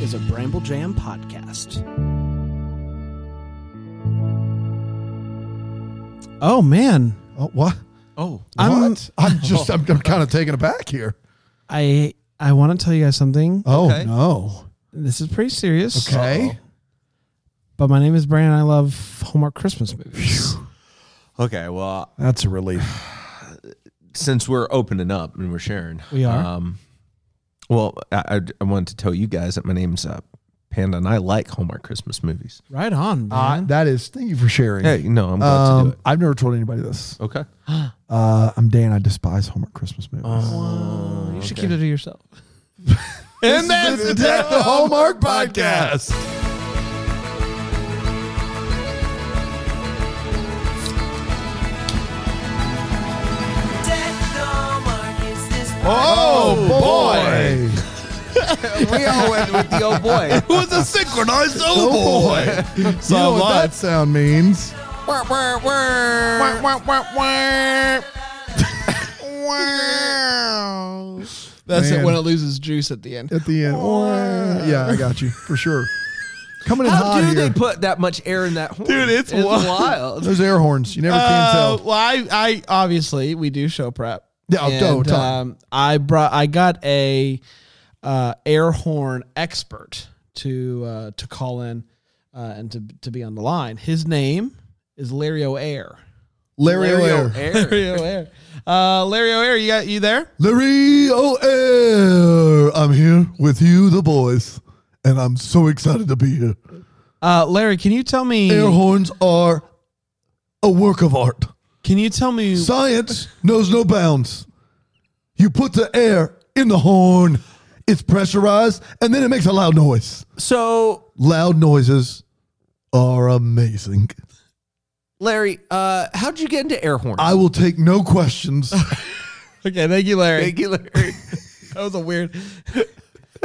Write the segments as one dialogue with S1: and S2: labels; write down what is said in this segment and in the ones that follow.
S1: is a Bramble Jam podcast.
S2: Oh man,
S3: Oh, what?
S4: Oh,
S2: I'm-
S3: what? I'm just, I'm, I'm kind of taken aback here.
S2: I I want to tell you guys something.
S3: Oh,
S4: Okay.
S3: no.
S2: This is pretty serious.
S3: Okay.
S2: But my name is Brandon. I love Hallmark Christmas movies.
S4: okay. Well,
S3: That's a relief.
S4: since we're opening up and we're sharing,
S2: We are.
S4: Um, well, I, I, I wanted to tell you guys that my name's uh, Panda, and I like Hallmark Christmas movies.
S2: right on,
S3: Uh,
S2: man.
S3: that is, thank you for sharing.
S4: Hey, no, I'm glad to
S3: Um,
S4: do it.
S3: I've never told anybody this.
S4: Okay.
S3: Uh, I'm Dan. I despise Hallmark Christmas movies.
S4: Oh.
S2: Wow, you should keep it to yourself.
S3: and that's the Deck the Hallmark podcast. Oh, boy!
S4: we all went with the old boy.
S3: It was a synchronized oh boy. So you know what that sound means?
S2: That's
S3: it Man. when it
S2: loses juice at the end.
S3: At the end, yeah, I got you for sure. Coming in
S4: How
S3: hot
S4: do
S3: here.
S4: they put that much air in that horn?
S5: Dude, it's wild.
S4: wild.
S3: Those air horns, you never can
S5: Uh,
S3: tell.
S5: well, I, I obviously we do show prep.
S3: Yeah, oh,
S5: And,
S3: don't tell.
S5: um, I brought. I got a uh, air horn expert to uh, to call in uh, and to to be on the line. His name is Larry O'Air.
S3: Larry O'Air.
S4: Air.
S5: Larry O'Air. Uh, Larry O'Air, you got you there?
S3: Larry O'Air. I'm here with you, the boys, and I'm so excited to be here.
S5: Uh, Larry, can you tell me?
S4: Mm.
S3: Air horns are a work of art.
S5: Can you tell me?
S3: Science knows no bounds. You put the air in the horn, it's pressurized, and then it makes a loud noise.
S4: So,
S3: Loud noises are amazing.
S4: Larry, uh, how'd you get into air horns?
S3: I will take no questions.
S5: Okay, thank you, Larry.
S4: Thank you, Larry.
S5: That was a weird.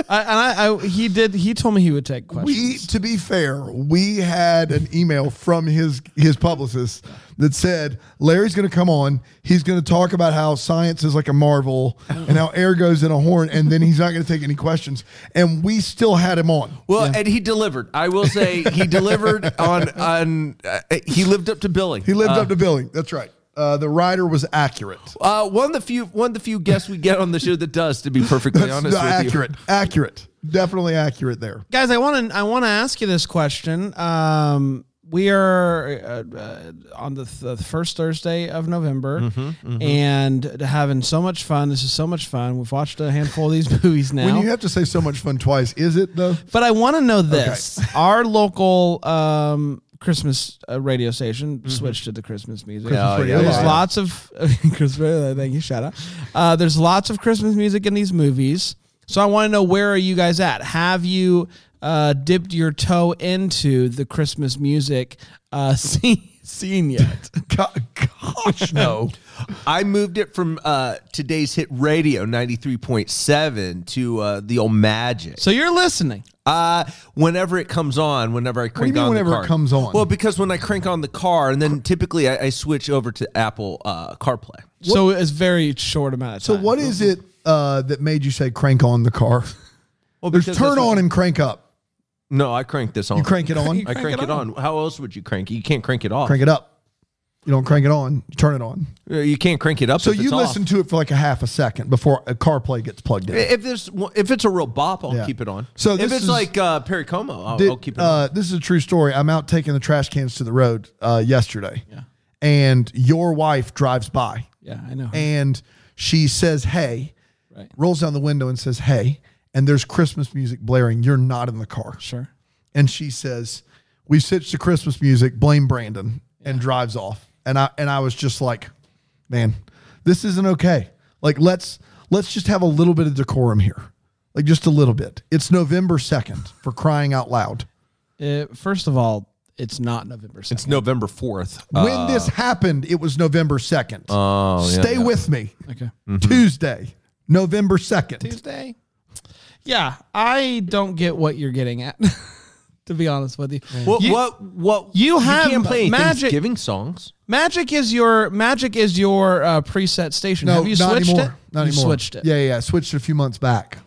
S5: I, and I, I, he did. He told me he would take questions.
S3: We, to be fair, we had an email from his his publicist that said Larry's going to come on. He's going to talk about how science is like a marvel and how air goes in a horn, and then he's not going to take any questions. And we still had him on.
S4: Well, and he delivered. I will say he delivered on on. Uh, he lived up to billing.
S3: He lived up to billing. That's right. Uh, the rider was accurate.
S4: Uh, one of the few one of the few guests we get on the show that does. To be perfectly honest with
S3: No, accurate. Accurate. Definitely accurate there.
S5: guys i want to i want to ask you this question um we are uh, uh, on the, th- the first thursday of november
S3: Mm-hmm,
S5: and having so much fun this is so much fun we've watched a handful of these movies now
S3: When you have to say so much fun twice, is it though?
S5: but i want to know this our local um Christmas uh, radio station switched to the Christmas music.
S4: Oh, yeah,
S5: there's
S4: yeah.
S5: lots of Christmas. radio, Thank you. Shout out. Uh, there's lots of Christmas music in these movies. So I want to know where are you guys at? Have you uh, dipped your toe into the Christmas music uh, scene, scene yet?
S3: Gosh, no.
S4: you. I moved it from uh, today's hit radio ninety three point seven to uh, the old magic.
S5: so you're listening.
S4: Uh, whenever it comes on, whenever I crank
S3: mean
S4: on
S3: whenever
S4: the
S3: it
S4: car.
S3: comes on?
S4: Well, because when I crank on the car, and then typically I, I switch over to Apple uh, CarPlay.
S5: So it's very short amount of
S3: So
S5: time.
S3: what is it uh, that made you say crank on the car?
S4: Well,
S3: There's
S4: because
S3: turn
S4: that's what-
S3: on and crank up.
S4: No, I crank this on.
S3: You crank it on.
S4: I crank, it, on. How else would you crank it? You can't crank it off.
S3: crank it up. You don't crank it on. You turn it on.
S4: Uh, You can't crank it up.
S3: So
S4: if
S3: you
S4: it's
S3: listen
S4: off.
S3: to it for like a half a second before a CarPlay gets plugged in.
S4: if there's if it's a real bop, I'll
S3: Yeah.
S4: keep it on.
S3: So
S4: if
S3: this
S4: it's
S3: is-
S4: like uh, Perry Como, I'll,
S3: Did-
S4: I'll keep it on.
S3: uh, this is a true story. I'm out taking the trash cans to the road uh, yesterday, and your wife drives by,
S5: Yeah, I
S4: Uh-huh.
S5: know.
S3: and she says, "Hey,"
S5: Right.
S3: rolls down the window and says, "Hey," and there's Christmas music blaring. You're not in the car,
S5: Sure.
S3: and she says, "We switched to Christmas music. Blame Brandon," and drives off. And I and I was just like, "Man, this isn't okay. Like let's let's just have a little bit of decorum here." Like just a little bit. It's November 2nd for crying out loud.
S5: Uh, first of all, it's not November 2nd.
S4: it's November fourth. Uh,
S3: When
S5: Uh.
S3: this happened, it was November 2nd.
S4: oh, yeah,
S3: Stay
S4: yeah.
S3: with me.
S5: okay.
S3: Tuesday, November 2nd.
S5: Mm-hmm. Tuesday. Yeah, I don't get what you're getting at. to be honest with you,
S4: What,
S5: You-
S4: what what
S5: you have
S4: can't play any
S5: magic-
S4: Thanksgiving songs.
S5: Magic is your Magic is your uh, preset station.
S3: No,
S5: Have you
S3: not
S5: switched
S3: anymore.
S5: it?
S3: Not
S5: you
S3: anymore.
S5: switched it.
S3: Yeah, yeah, yeah. Switched it a few months back.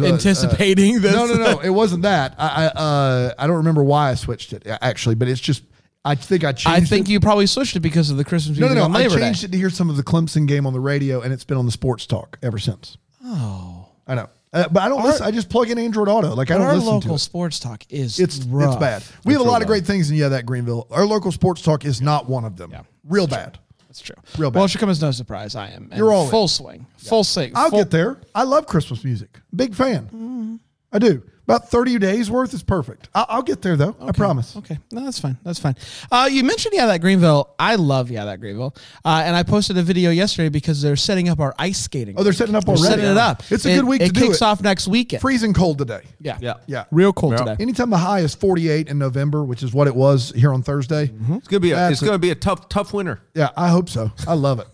S3: uh,
S5: anticipating this.
S3: No, no, no. It wasn't that. I I, uh, I don't remember why I switched it uh, actually, but it's just I think I changed.
S5: I think
S3: it.
S5: you probably switched it because of the Christmas
S3: no,
S5: music
S3: no,
S5: on
S3: no. I
S5: Labor Day.
S3: changed it to hear some of the Clemson game on the radio, and it's been on the sports talk ever since.
S5: Oh,
S3: I know, uh, but I don't. listen, I just plug in Android Auto. Like I don't
S5: our
S3: listen to
S5: local
S3: it.
S5: sports talk is
S3: It's
S5: rough.
S3: it's bad. We have a lot of great things in yeah that Greenville. Our local sports talk is not one of them. Real bad.
S5: That's true.
S3: Real bad.
S5: Well, it should come as no surprise. I am. in
S3: You're all in.
S5: full swing, full swing.
S3: I'll
S5: full- Mm-hmm.
S3: get there. I love Christmas music. Big fan. I do. About 30 days worth is perfect. I- I'll get there though. I promise.
S5: Okay, no, that's fine. That's fine. Uh, you mentioned yeah that Greenville. I love yeah that Greenville, uh, and I posted a video yesterday because they're setting up our ice skating.
S3: Oh, they're setting up
S5: They're
S3: already.
S5: setting it up.
S3: It's a
S5: It-
S3: good week
S5: It
S3: to do
S5: kicks
S3: it.
S5: off next weekend.
S3: Freezing cold today.
S5: Yeah,
S4: Yeah.
S3: Yeah.
S5: real cold
S4: Yeah.
S5: today.
S3: Anytime the high is 48 in November, which is what it was here on Thursday.
S4: Mm-hmm. It's gonna be a,
S3: That's
S4: it's
S3: a-
S4: gonna be a tough tough winter.
S3: Yeah, I hope so. I love it.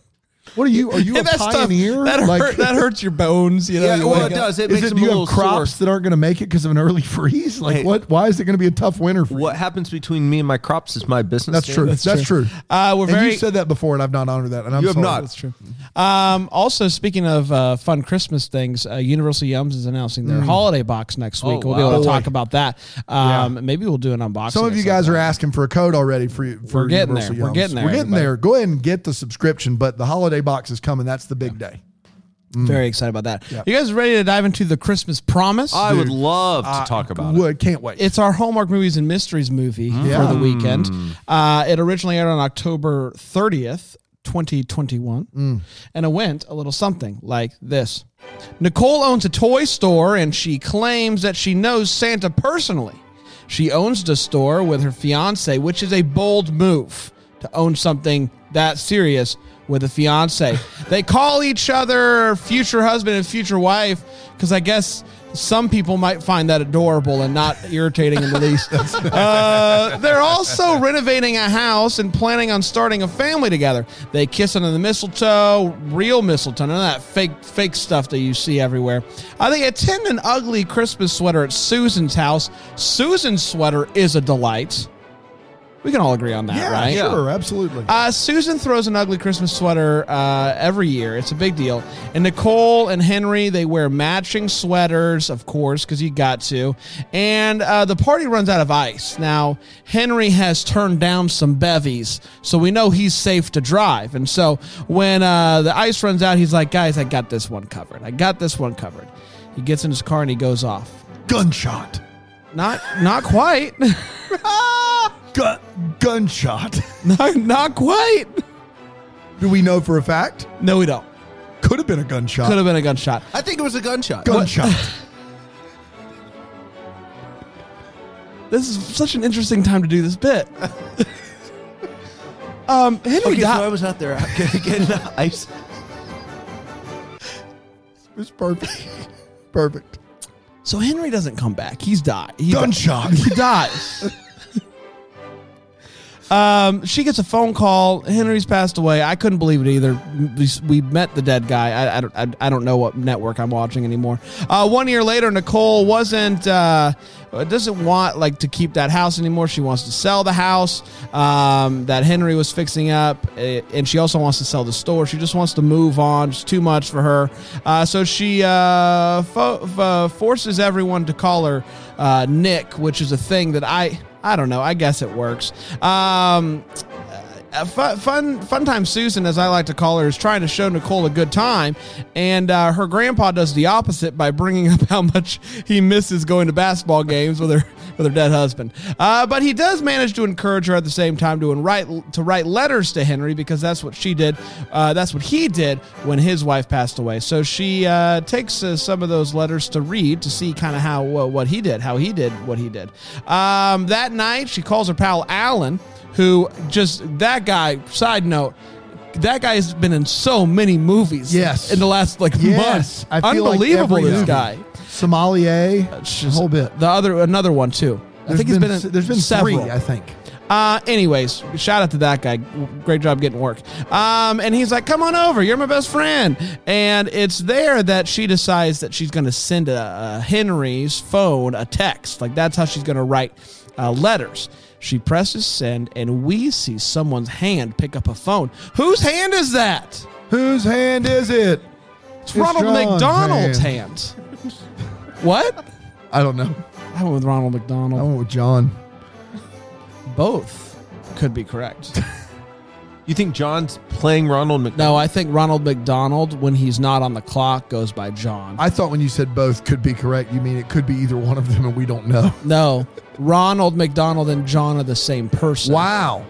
S3: What are you? Are you a
S5: That's tough.
S3: pioneer?
S5: That, hurt, that hurts your bones. You know,
S4: Yeah,
S5: you
S4: well,
S5: wake
S4: it
S5: up.
S4: does. It
S3: is
S4: makes
S3: it,
S4: them
S3: do
S4: a
S3: you
S4: little
S3: have crops
S4: sore.
S3: that aren't going to make it because of an early freeze? Like
S4: Hey.
S3: what? Why is it going to be a tough winter for you?
S4: What happens between me and my crops is my business.
S3: That's
S4: dude.
S3: true. That's, true.
S5: Uh, we're
S3: and
S5: very-
S3: you said that before, and I've not honored that. And I'm
S4: You have
S3: sorry.
S4: not.
S5: That's true. Um, also, speaking of uh, fun Christmas things, uh, Universal Yums is announcing
S3: Mm.
S5: their holiday box next week.
S4: Oh,
S5: we'll be able
S4: wow.
S5: to talk about that. Um, Maybe we'll do an unboxing.
S3: Some of
S5: at
S3: you
S5: some
S3: guys
S5: point.
S3: are asking for a code already for you. For
S5: We're getting
S3: Universal
S5: there. We're
S3: Yums.
S5: getting there,
S3: We're getting
S5: everybody.
S3: there. Go ahead and get the subscription, but the holiday box is coming. That's the big day.
S5: very excited about that. You guys ready to dive into the Christmas promise?
S4: I would love to talk about it.
S3: Would can't wait.
S5: it's our Hallmark Movies and Mysteries movie for the weekend. Uh, it originally aired on October 30th, 2021, and it went a little something like this Nicole owns a toy store and she claims that she knows Santa personally. She owns the store with her fiance, which is a bold move to own something that serious with a fiance. they call each other future husband and future wife because I guess some people might find that adorable and not irritating in the least. Uh, they're also renovating a house and planning on starting a family together. They kiss under the mistletoe, real mistletoe, none of that fake fake stuff that you see everywhere. Uh, they attend an ugly Christmas sweater at Susan's house. Susan's sweater is a delight. We can all agree on that,
S3: yeah,
S5: right?
S3: sure, absolutely.
S5: Uh, Susan throws an ugly Christmas sweater uh, every year. It's a big deal. And Nicole and Henry, they wear matching sweaters, of course, because you got to. And uh, the party runs out of ice. Now, Henry has turned down some bevies, so we know he's safe to drive. And so when uh, the ice runs out, he's like, guys, I got this one covered. I got this one covered. He gets in his car and he goes off.
S3: gunshot.
S5: Not, not quite.
S3: Gun gunshot.
S5: not, not quite.
S3: Do we know for a fact?
S5: No, we don't.
S3: Could have been a gunshot.
S5: Could have been a gunshot.
S4: I think it was a gunshot.
S3: gunshot.
S5: This is such an interesting time to do this bit. um, Henry
S4: Okay, so
S5: died.
S4: I was out there getting the ice.
S3: it's perfect. Perfect.
S5: so Henry doesn't come back. He's died. He
S3: Gunshot.
S5: He dies. um, she gets a phone call. Henry's passed away. I couldn't believe it either. We, we met the dead guy. I, I, don't, I, I don't know what network I'm watching anymore. Uh, one year later, Nicole wasn't uh, doesn't want like to keep that house anymore. She wants to sell the house um, that Henry was fixing up, eh, and she also wants to sell the store. She just wants to move on. It's too much for her. Uh, so she uh, fo- fo- forces everyone to call her uh, Nick, which is a thing that I I don't know. I guess it works. Um, uh, fun, fun, fun time Susan, as I like to call her, is trying to show Nicole a good time, and uh, her grandpa does the opposite by bringing up how much he misses going to basketball games with her with her dead husband. Uh, but he does manage to encourage her at the same time to write to write letters to Henry because that's what she did. Uh, that's what he did when his wife passed away. So she uh, takes uh, some of those letters to read to see kind of how what what he did, how he did what he did. Um, that night, she calls her pal Alan who just that guy. Side note, that guy's been in so many movies.
S3: Yes.
S5: in the last like
S3: Yes,
S5: month.
S3: I feel like
S5: Unbelievable,
S3: every
S5: this
S3: movie.
S5: guy.
S3: Sommelier.
S5: It's
S3: a
S5: just-
S3: whole bit.
S5: The other another one too. I
S3: There's
S5: think he's been,
S3: s-
S5: in
S3: there's been
S5: several.
S3: three. I think.
S5: Uh, anyways, shout out to that guy. Great job getting work. Um, and he's like, come on over. You're my best friend. And it's there that she decides that she's going to send a, a Henry's phone a text. Like, that's how she's going to write uh, letters. She presses send, and we see someone's hand pick up a phone. Whose hand is that?
S3: Whose hand is it?
S5: It's, Ronald
S3: John's
S5: McDonald's
S3: hand.
S5: hand. What?
S3: I don't know.
S5: I went with Ronald McDonald.
S3: I went with John.
S5: Both could be correct.
S4: You think John's playing Ronald McDonald?
S5: no, I think Ronald McDonald, when he's not on the clock, goes by John.
S3: I thought when you said both could be correct, you mean it could be either one of them, and we don't know.
S5: no, Ronald McDonald and John are the same person.
S3: Wow.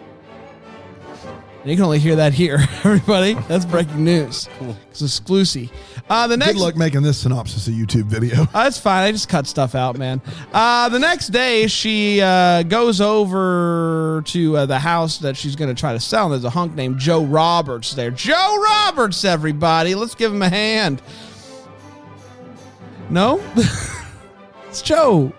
S5: And you can only hear that here, everybody. That's breaking news. It's exclusive. Uh, the next
S3: Good luck making this synopsis a YouTube video.
S5: Uh, that's fine. I just cut stuff out, man. Uh, the next day, she uh, goes over to uh, the house that she's going to try to sell. And there's a hunk named Joe Roberts there. Joe Roberts, everybody. Let's give him a hand. No? it's Joe.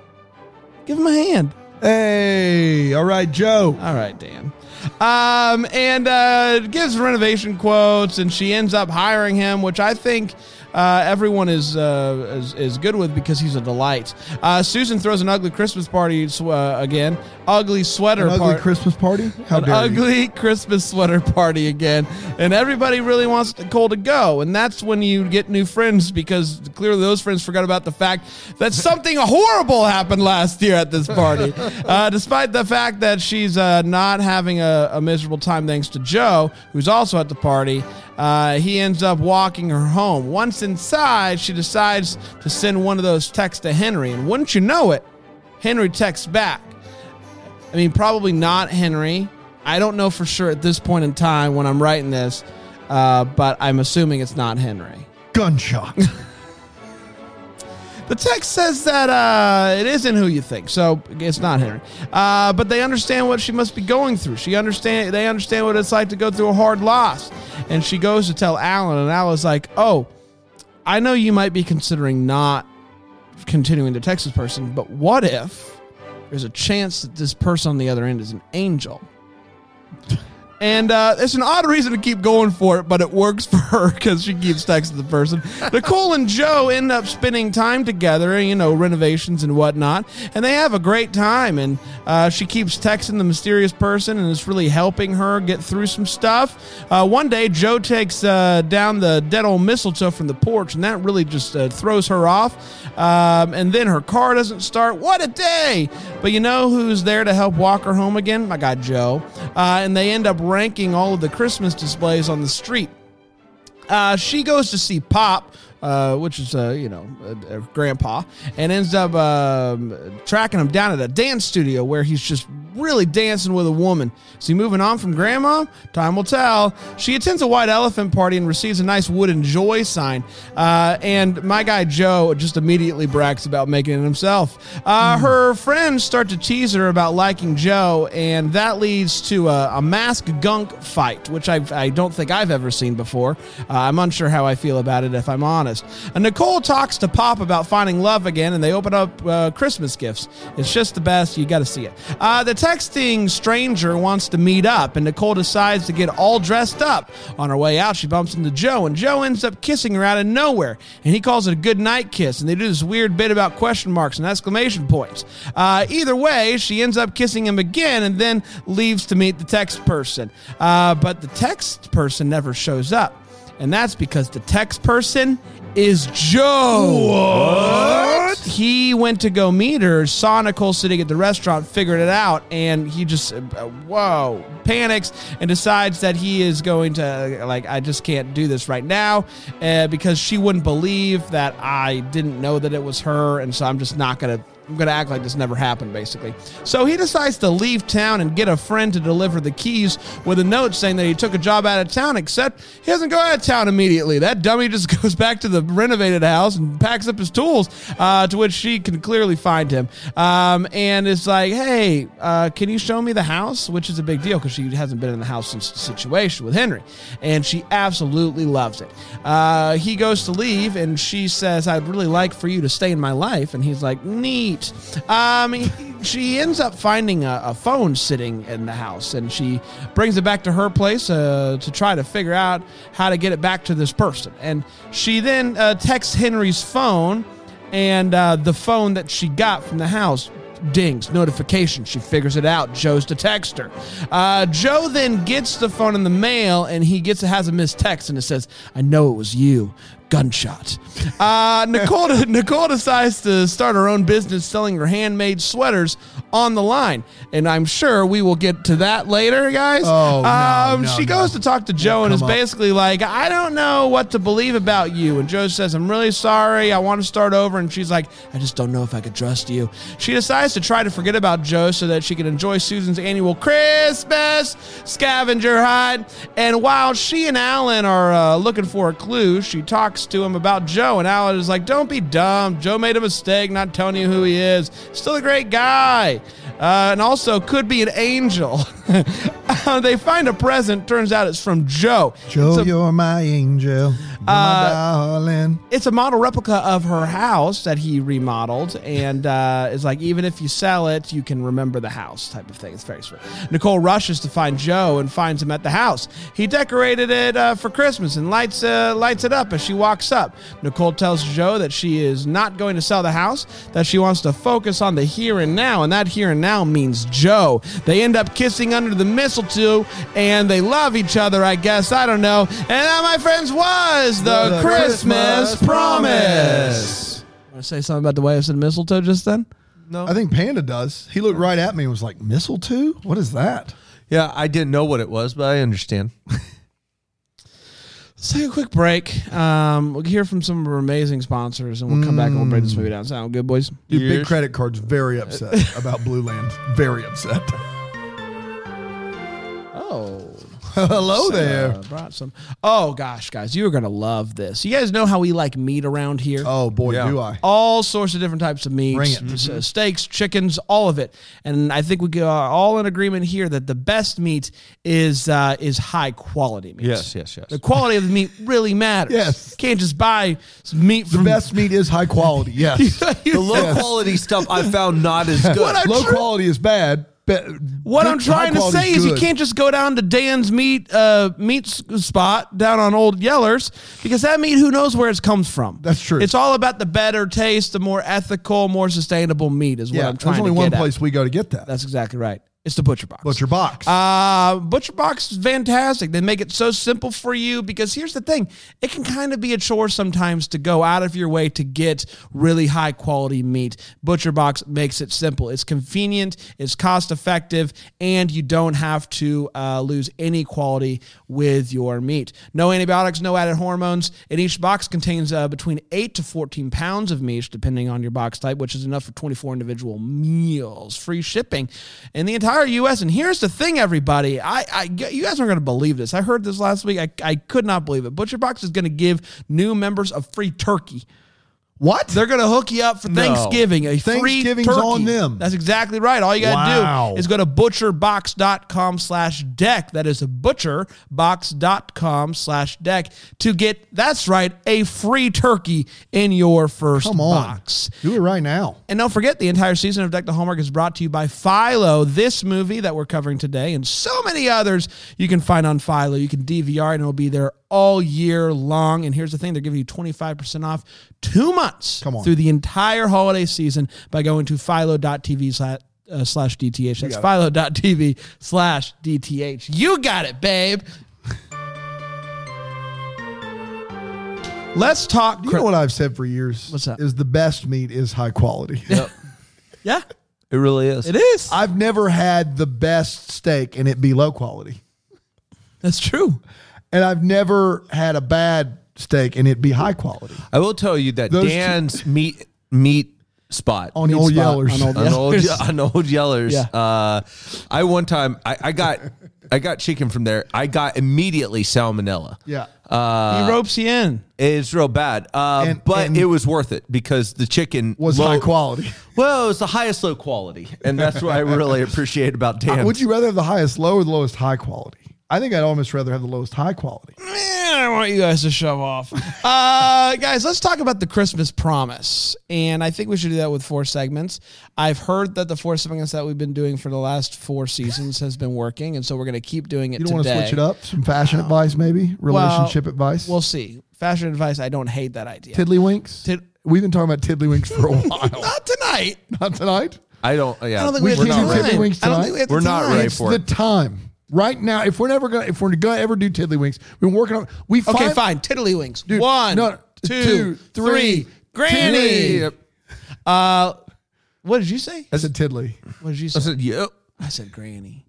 S5: Give him a hand.
S3: Hey, all right, Joe.
S5: All right, Dan. Um, and uh, gives renovation quotes, and she ends up hiring him, which I think uh, everyone is, uh, is is good with because he's a delight. Uh, Susan throws an ugly Christmas party sw- uh, again, ugly sweater
S3: An ugly
S5: party.
S3: Christmas party? How
S5: an
S3: dare you?
S5: ugly Christmas sweater party again, and everybody really wants to Cole to go, and that's when you get new friends because clearly those friends forgot about the fact that something horrible happened last year at this party. uh, despite the fact that she's uh, not having a, a miserable time thanks to Joe, who's also at the party, uh, he ends up walking her home. Once inside, she decides to send one of those texts to Henry, and wouldn't you know it, Henry texts back. I mean, probably not Henry. I don't know for sure at this point in time when I'm writing this, uh, but I'm assuming it's not Henry.
S3: Gunshot.
S5: The text says that uh, it isn't who you think, so it's not Henry. Uh, but they understand what she must be going through. She understand they understand what it's like to go through a hard loss, and she goes to tell Alan, and Alan's like, "Oh, I know you might be considering not continuing to text this person, but what if there's a chance that this person on the other end is an angel?" And uh, it's an odd reason to keep going for it, but it works for her because she keeps texting the person. Nicole and Joe end up spending time together, you know, renovations and whatnot, and they have a great time. And uh, she keeps texting the mysterious person, and it's really helping her get through some stuff. Uh, one day, Joe takes uh, down the dead old mistletoe from the porch, and that really just uh, throws her off. Um, and then her car doesn't start. What a day! But you know who's there to help walk her home again? My guy Joe. Uh, and they end up ranking all of the Christmas displays on the street. Uh, she goes to see Pop. Uh, which is, uh, you know, uh, uh, grandpa, and ends up um, tracking him down at a dance studio where he's just really dancing with a woman. Is he moving on from grandma? Time will tell. She attends a white elephant party and receives a nice wooden joy sign. Uh, and my guy Joe just immediately brags about making it himself. Uh, Her friends start to tease her about liking Joe, and that leads to a, a mask gunk fight, which I, I don't think I've ever seen before. Uh, I'm unsure how I feel about it, if I'm honest. And Nicole talks to Pop about finding love again, and they open up uh, Christmas gifts. It's just the best. You got to see it. Uh, the texting stranger wants to meet up, and Nicole decides to get all dressed up. On her way out, she bumps into Joe, and Joe ends up kissing her out of nowhere, and he calls it a good night kiss. And they do this weird bit about question marks and exclamation points. Uh, either way, she ends up kissing him again, and then leaves to meet the text person. Uh, but the text person never shows up. And that's because the text person is Joe. What? He went to go meet her, saw Nicole sitting at the restaurant, figured it out, and he just, uh, whoa, panics and decides that he is going to, uh, like, I just can't do this right now uh, because she wouldn't believe that I didn't know that it was her, and so I'm just not going to I'm going to act like this never happened, basically. So he decides to leave town and get a friend to deliver the keys with a note saying that he took a job out of town, except he doesn't go out of town immediately. That dummy just goes back to the renovated house and packs up his tools, uh, to which she can clearly find him. Um, and it's like, hey, uh, can you show me the house? Which is a big deal because she hasn't been in the house since the situation with Henry. And she absolutely loves it. Uh, he goes to leave and she says, I'd really like for you to stay in my life. And he's like, neat. Um, he- she ends up finding a, a phone sitting in the house and she brings it back to her place uh, to try to figure out how to get it back to this person. And she then uh, texts Henry's phone and uh, the phone that she got from the house dings notification. She figures it out. Joe's to text her. Uh, Joe then gets the phone in the mail and he gets has a missed text and it says, "I know it was you." Gunshot. Uh, Nicole Nicole decides to start her own business selling her handmade sweaters on the line, and I'm sure we will get to that later, guys.
S3: Oh, no,
S5: um,
S3: no,
S5: she
S3: no.
S5: goes to talk to Joe and is
S3: come up.
S5: basically like, I don't know what to believe about you. And Joe says, I'm really sorry. I want to start over. And she's like, I just don't know if I could trust you. She decides to try to forget about Joe so that she can enjoy Susan's annual Christmas scavenger hunt. And while she and Alan are uh, looking for a clue, she talks to him about Joe. And Alan is like, Don't be dumb. Joe made a mistake not telling you who he is. Still a great guy. Uh, and also could be an angel. Uh, they find a present. Turns out it's from Joe.
S3: Joe,
S5: It's a- Uh,
S3: you're my angel, you're my darling.
S5: it's a model replica of her house that he remodeled and uh, is like even if you sell it you can remember the house type of thing it's very sweet nicole rushes to find joe and finds him at the house he decorated it uh, for christmas and lights, uh, lights it up as she walks up nicole tells joe that she is not going to sell the house that she wants to focus on the here and now and that here and now means joe they end up kissing under the mistletoe and they love each other i guess i don't know and that my friends was the the Christmas, promise. Want to say something about the way I said mistletoe just then?
S3: I think Panda does. He looked right at me and was like, mistletoe? What is that?
S4: Yeah, I didn't know what it was, but I understand.
S5: Let's take a quick break. Um, we'll hear from some of our amazing sponsors, and we'll come back and we'll break this movie down. Sound good, boys?
S3: Dude, Big
S4: Years.
S3: Credit Card's very upset about Blue Land. Very upset.
S5: Oh,
S3: Hello there.
S5: brought some. Oh gosh, guys, you are gonna love this. You guys know how we like meat around here.
S3: Oh, boy,
S4: Yeah.
S3: do I.
S5: all sorts of different types of meats,
S3: Bring it. Mm-hmm.
S5: s- uh, steaks, chickens, all of it. And I think we are all in agreement here that the best meat is uh, is high quality meat.
S4: Yes, yes, yes.
S5: The quality of the meat really matters.
S3: Yes.
S5: you can't just buy some meat
S3: The
S5: from
S3: best meat is high quality, yes.
S4: The low quality stuff I found not as good.
S5: What I-
S3: Low
S5: True.
S3: quality is bad. Be-
S5: What
S3: good-
S5: I'm trying to
S3: high
S5: say
S3: quality's
S5: is you
S3: good.
S5: can't just go down to Dan's meat uh, meat s- spot down on Old Yeller's because that meat who knows where it comes from.
S3: That's true.
S5: It's all about the better taste, the more ethical, more sustainable meat is what
S3: Yeah,
S5: I'm trying
S3: there's only
S5: to
S3: one
S5: get at.
S3: place we go to get that.
S5: That's exactly right. It's the butcher box.
S3: Butcher Box.
S5: Uh, Butcher Box is fantastic. They make it so simple for you because here's the thing it can kind of be a chore sometimes to go out of your way to get really high quality meat. Butcher Box makes it simple. It's convenient, it's cost effective, and you don't have to uh, lose any quality with your meat. No antibiotics, no added hormones. And each box contains uh, between 8 to 14 pounds of meat, depending on your box type, which is enough for 24 individual meals. Free shipping in the entire U.S. And here's the thing, everybody. I, I you guys aren't going to believe this. I heard this last week. I, I could not believe it. Butcher Box is going to give new members a free turkey.
S3: what?
S5: They're going to hook you up for Thanksgiving. A
S3: Thanksgiving's
S5: free turkey.
S3: on them.
S5: That's exactly right. All you got to
S3: Wow.
S5: do is go to butcherbox.com slash deck. That is butcherbox.com slash deck to get, that's right, a free turkey in your first
S3: Come on.
S5: box.
S3: Do it right now.
S5: And don't forget, the entire season of Deck the Hallmark is brought to you by Philo. This movie that we're covering today and so many others you can find on Philo. You can DVR it and it'll be there all year long. And here's the thing they're giving you 25% off two months
S3: Come on.
S5: through the entire holiday season by going to philo.tv slash. Uh, slash DTH. That's philo.tv slash DTH. You got it, babe. Let's talk.
S3: You know what I've said for years?
S5: What's that?
S3: Is the best meat is high quality.
S5: yeah,
S4: it really is.
S5: it is.
S3: I've never had the best steak and it be low quality.
S5: That's true.
S3: And I've never had a bad steak and it be high quality.
S4: I will tell you that
S3: Those two-
S4: Dan's meat meat spot
S3: On
S5: Meat
S3: old
S5: spot,
S3: yellers.
S5: on Old
S4: on old,
S5: Yellers.
S4: on old Yellers.
S5: Yeah.
S4: Uh, I one time I, I got I got chicken from there. I got immediately salmonella.
S3: yeah.
S4: Uh,
S5: he ropes you in.
S4: It's real bad, uh,
S3: And-
S4: but
S3: and-
S4: it was worth it because the chicken
S3: Was
S4: low-
S3: high quality.
S4: Well, it was the highest low quality, and that's what I really appreciate about Dan.
S3: Uh, Would you rather have the highest low or the lowest high quality? I think I'd almost rather have the lowest high quality.
S5: Man, I want you guys to shove off. Uh, guys, let's talk about the Christmas promise. And I think we should do that with four segments. I've heard that the four segments that we've been doing for the last four seasons has been working. And so we're going to keep doing it
S3: You don't want
S5: today.
S3: to switch it up? Some fashion advice, maybe? Relationship advice?
S5: We'll see. Fashion advice, I don't hate that idea.
S3: Tiddlywinks?
S5: Tid-
S3: We've been talking about tiddlywinks for a while.
S5: Not tonight.
S3: Not tonight.
S4: I don't. Yeah,
S5: I don't think we,
S3: We
S5: have
S3: can't
S5: time.
S3: do tiddlywinks
S5: I don't
S3: tonight.
S5: think we have
S4: We're
S5: the
S4: not
S5: time.
S4: ready
S3: it's
S4: for
S3: the
S4: it.
S3: time right now. If we're never gonna, if we're gonna ever do tiddlywinks, we've been working on. We
S5: Okay,
S3: fin-
S5: fine. Tiddlywinks.
S3: Dude,
S5: One,
S3: no,
S5: two,
S3: two,
S5: three.
S3: three.
S5: Granny.
S4: Yep.
S5: Uh, what did you say?
S3: That's a tiddly.
S5: What did you
S4: I
S5: say?
S4: said, yep.
S5: I said granny.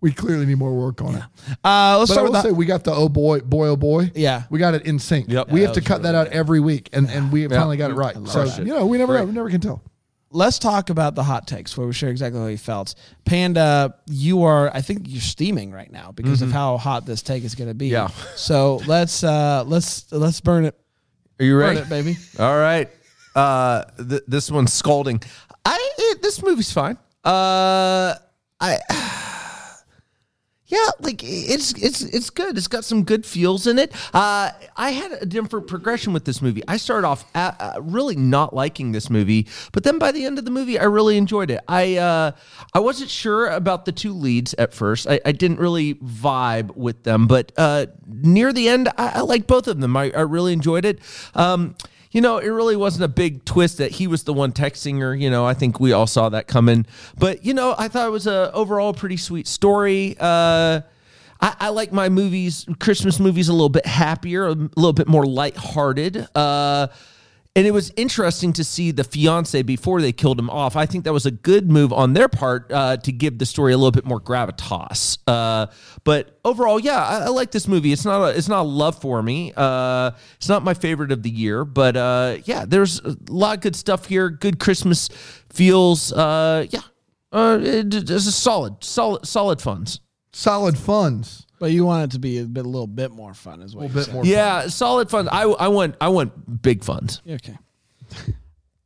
S3: We clearly need more work on it.
S5: Uh, let's
S3: But I
S5: start
S3: will
S5: with
S3: say
S5: the,
S3: we got the oh boy, boy oh boy.
S5: Yeah.
S3: we got it in sync.
S4: Yep.
S3: we
S4: Yeah,
S3: have
S4: that
S3: to cut that out every week, and and we finally got it right. So
S4: it.
S3: you know, we never we never can tell.
S5: let's talk about the hot takes where we share exactly how you felt. Panda, you are I think you're steaming right now because
S3: Mm-hmm.
S5: of how hot this take is going to be.
S4: Yeah.
S5: So let's uh let's let's burn it.
S4: Are you
S5: Burn
S4: ready?
S5: it, baby.
S4: All right. Uh, th- this one's scalding. I it, this movie's fine. Uh, I yeah, like it's it's it's good. It's got some good feels in it. Uh, I had a different progression with this movie. I started off uh uh, really not liking this movie, but then by the end of the movie, I really enjoyed it. I uh, I wasn't sure about the two leads at first. I, I didn't really vibe with them, but uh, near the end, I, I liked both of them. I, I really enjoyed it. Um, you know, it really wasn't a big twist that he was the one texting her. You know, I think we all saw that coming. But you know, I thought it was a overall pretty sweet story. Uh, I, I like my movies, Christmas movies, a little bit happier, a little bit more lighthearted. Uh, and it was interesting to see the fiance before they killed him off. I think that was a good move on their part uh, to give the story a little bit more gravitas. Uh, but overall, yeah, I, I like this movie. It's not a it's not a love for me. Uh, it's not my favorite of the year, but uh, yeah, there's a lot of good stuff here. Good Christmas feels. Uh, yeah, uh, it, it's a solid, solid, solid funds.
S3: Solid funds.
S5: But you want it to be a bit a little bit more fun as well.
S3: A bit more.
S4: Yeah, solid funds. I I want I want big funds.
S5: Okay.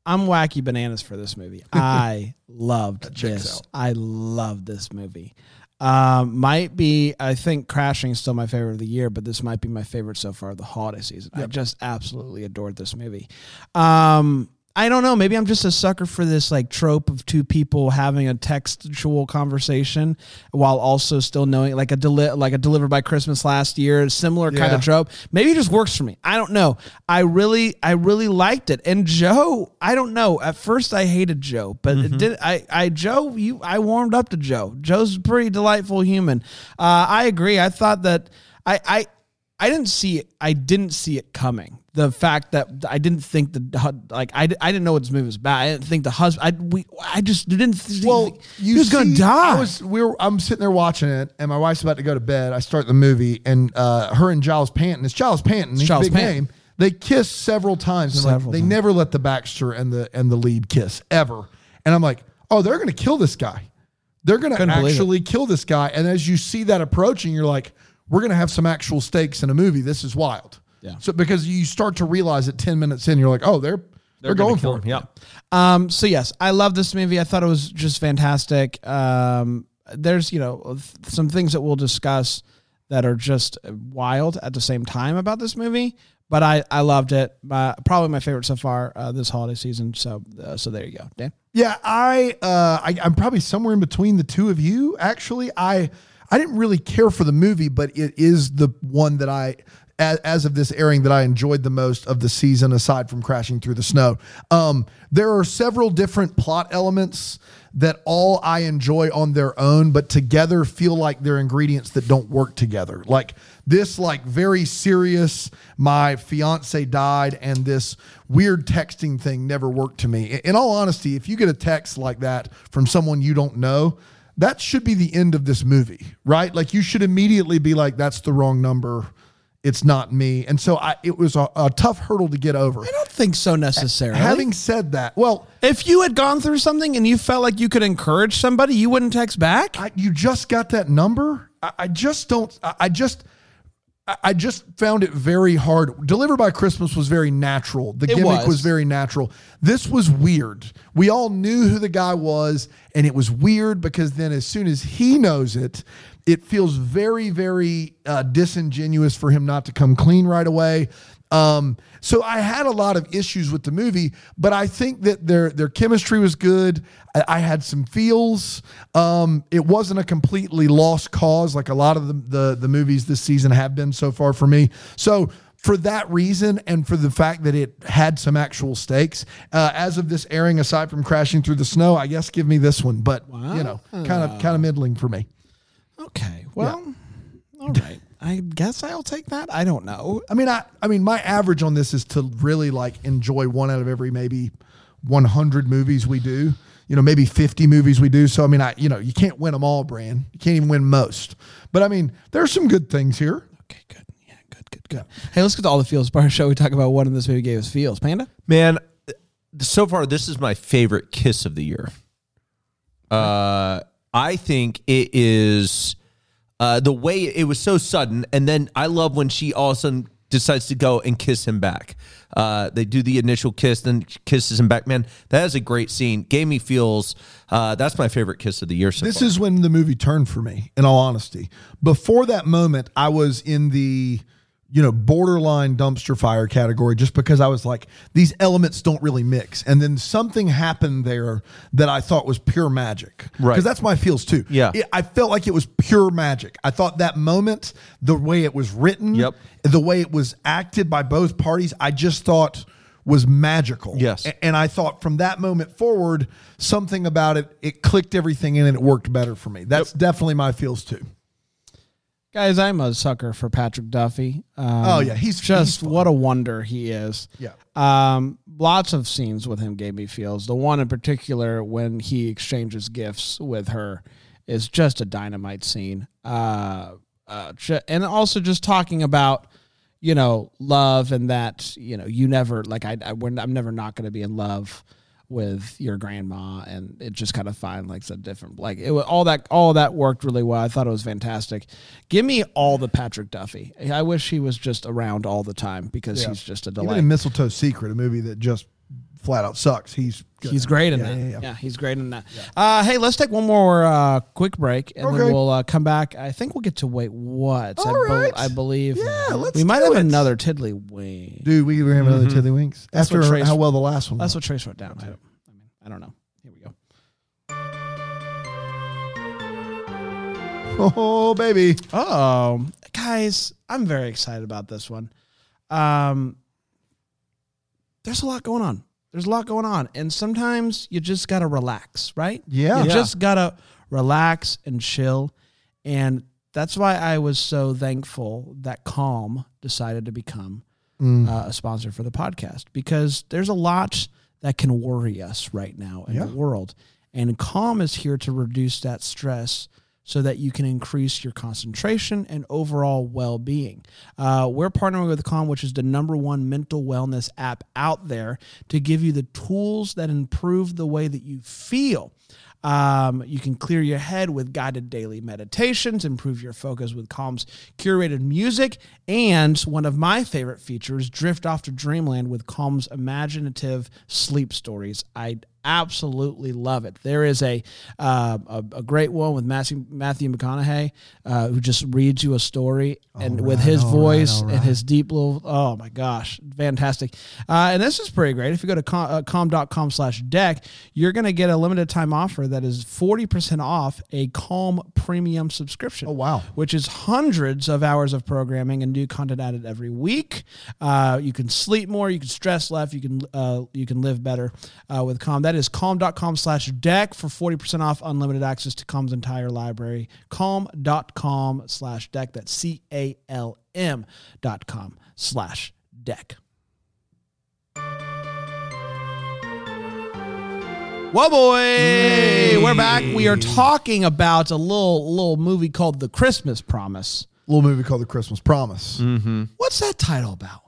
S5: I'm wacky bananas for this movie. I loved this. I loved this movie. Um, might be, I think Crashing is still my favorite of the year, but this might be my favorite so far of the holiday season. I just absolutely adored this movie. Um, I don't know. Maybe I'm just a sucker for this like trope of two people having a textual conversation while also still knowing like a deli- like a delivered by Christmas last year, similar kind
S3: Yeah.
S5: of trope trope. Maybe it just works for me. I don't know. I really, I really liked it. And Joe, I don't know. At first, I hated Joe, but
S3: Mm-hmm.
S5: it did. I, I, Joe, you, I warmed up to Joe. Joe's a pretty delightful human. Uh, I agree. I thought that I, I, I didn't see it. I didn't see it coming. The fact that I didn't think the hu- like I, di- I didn't know this movie was bad. I didn't think the husband. I we I just didn't. Think
S3: Well, you
S5: he was gonna
S3: see,
S5: die.
S3: I was, we were, I'm sitting there watching it, and my wife's about to go to bed. I start the movie, and uh, her and Giles Panton. It's Giles Panton. He's
S5: Giles
S3: a big
S5: Panton.
S3: name. They kiss several times. And
S5: Several
S3: like, they
S5: times.
S3: never let the Baxter and the and the lead kiss ever. And I'm like, oh, they're gonna kill this guy. They're gonna
S5: Couldn't believe it.
S3: actually kill this guy. And as you see that approaching, you're like, we're gonna have some actual stakes in a movie. This is wild. Yeah. So because you start to realize it 10 minutes in, you're like, oh, they're they're, going for it.
S4: Yep.
S5: Um, so yes, I love this movie. I thought it was just fantastic. Um, there's you know th- some things that we'll discuss that are just wild at the same time about this movie, but I I loved it. My, probably my favorite so far uh, this holiday season. So uh, so there you go, Dan.
S3: Yeah, I, uh, I I'm probably somewhere in between the two of you. Actually, I I didn't really care for the movie, but it is the one that I as, as of this airing that I enjoyed the most of the season, aside from crashing through the snow. Um, there are several different plot elements that all I enjoy on their own, but together feel like they're ingredients that don't work together. Like this, like very serious. My fiance died, and this weird texting thing never worked to me. In- In all honesty, if you get a text like that from someone you don't know, that should be the end of this movie, right? Like you should immediately be like, "That's the wrong number." It's not me, and so I, it was a, a tough hurdle to get over.
S5: I don't think so necessarily.
S3: Having said that, well,
S5: if you had gone through something and you felt like you could encourage somebody, you wouldn't text back.
S3: I, you just got that number. I, I just don't. I, I just. I- I just found it very hard. Delivered by Christmas was very natural. The gimmick
S5: was.
S3: was. very natural. This was weird. We all knew who the guy was, and it was weird because then as soon as he knows it, it feels very, very uh, disingenuous for him not to come clean right away. Um, so I had a lot of issues with the movie, but I think that their their chemistry was good. I, I had some feels. Um, it wasn't a completely lost cause like a lot of the, the the movies this season have been so far for me. So for that reason and for the fact that it had some actual stakes. Uh, as of this airing, aside from crashing through the snow, I guess give me this one, but you know, kind of kind of middling for me.
S5: Okay. Well, all right. I guess I'll take that. I don't know.
S3: I mean, I I mean, my average on this is to really like enjoy one out of every maybe 100 movies we do. You know, maybe 50 movies we do. So I mean, I you know, you can't win them all, Brand. You can't even win most. But I mean, there's some good things here.
S5: Okay, good. Yeah, good, good, good. Hey, let's get to all the feels part. Shall we talk about what in this movie gave us feels? Panda?
S4: Man, so far this is my favorite kiss of the year. Uh, I think it is uh, the way it was so sudden, and then I love when she all of a sudden decides to go and kiss him back. Uh, they do the initial kiss, then she kisses him back. Man, that is a great scene. Gave me feels. Uh, that's my favorite kiss of the year. So
S3: This
S4: far.
S3: is when the movie turned for me, in all honesty. Before that moment, I was in the you know borderline dumpster fire category just because I was like, these elements don't really mix. And then something happened there that I thought was pure magic.
S4: Right.
S3: Because that's my feels too.
S4: Yeah.
S3: It- I felt like it was pure magic. I thought that moment, the way it was written,
S4: Yep.
S3: the way it was acted by both parties, I just thought was magical.
S4: Yes.
S3: A- and I thought from that moment forward, something about it, it clicked everything in and it worked better for me. That's definitely my feels too.
S5: Guys, I'm a sucker for Patrick Duffy. Um,
S3: Oh, yeah, he's- he's
S5: just
S3: fun.
S5: what a wonder he is.
S3: Yeah.
S5: Um, lots of scenes with him gave me feels. The one in particular when he exchanges gifts with her is just a dynamite scene. Uh, uh, ju- and also just talking about, you know, love and that you know you never like I, I we're, I'm never not going to be in love with your grandma and it just kind of find like some different like it wa- all that all that worked really well i thought it was fantastic give me all the patrick duffy i wish he was just around all the time because he's just a
S3: Even
S5: delight
S3: in Mistletoe Secret, a movie that just flat out sucks, he's good.
S5: He's great in
S3: Yeah,
S5: that.
S3: yeah,
S5: Yeah,
S3: yeah.
S5: he's great in that. Uh, hey, let's take one more uh, quick break, and
S3: Okay.
S5: then we'll uh, come back. I think we'll get to wait what? I,
S3: All right.
S5: I believe.
S3: Yeah, let's
S5: We might
S3: do
S5: have
S3: it.
S5: another Tiddlywink.
S3: Dude, we ran another Tiddlywinks after
S5: Mm-hmm. what Trace-
S3: how well the last one.
S5: That's
S3: That's
S5: what Trace wrote down. I don't, I, mean, I don't know. Here we go.
S3: oh baby,
S5: Oh, guys, I'm very excited about this one. Um, there's a lot going on. There's a lot going on, and sometimes you just gotta relax, right?
S3: yeah.
S5: You just gotta relax and chill. And that's why I was so thankful that Calm decided to become uh, a sponsor for the podcast because there's a lot that can worry us right now in the world. And Calm is here to reduce that stress so that you can increase your concentration and overall well being. Uh, we're partnering with Calm, which is the number one mental wellness app out there, to give you the tools that improve the way that you feel. Um, you can clear your head with guided daily meditations, improve your focus with Calm's curated music, and one of my favorite features, drift off to dreamland with Calm's imaginative sleep stories. I absolutely love it. There is a uh, a, a great one with Matthew, Matthew McConaughey uh, who just reads you a story and with his voice and his deep little oh my gosh fantastic uh, and this is pretty great if you go to com, uh, calm.com slash deck you're going to get a limited time offer that is 40% off a calm premium subscription
S3: Oh, wow.
S5: which is hundreds of hours of programming and new content added every week. Uh, you can sleep more, you can stress less, you can uh, you can live better uh, with Calm. That is calm.com slash deck for 40% off unlimited access to Calm's entire library. Calm.com slash deck. That's C A L M dot com slash deck. Whoa, boy! We're back. We are talking about a little little movie called The Christmas Promise.
S3: Little movie called The Christmas Promise.
S5: Mm. What's that title about?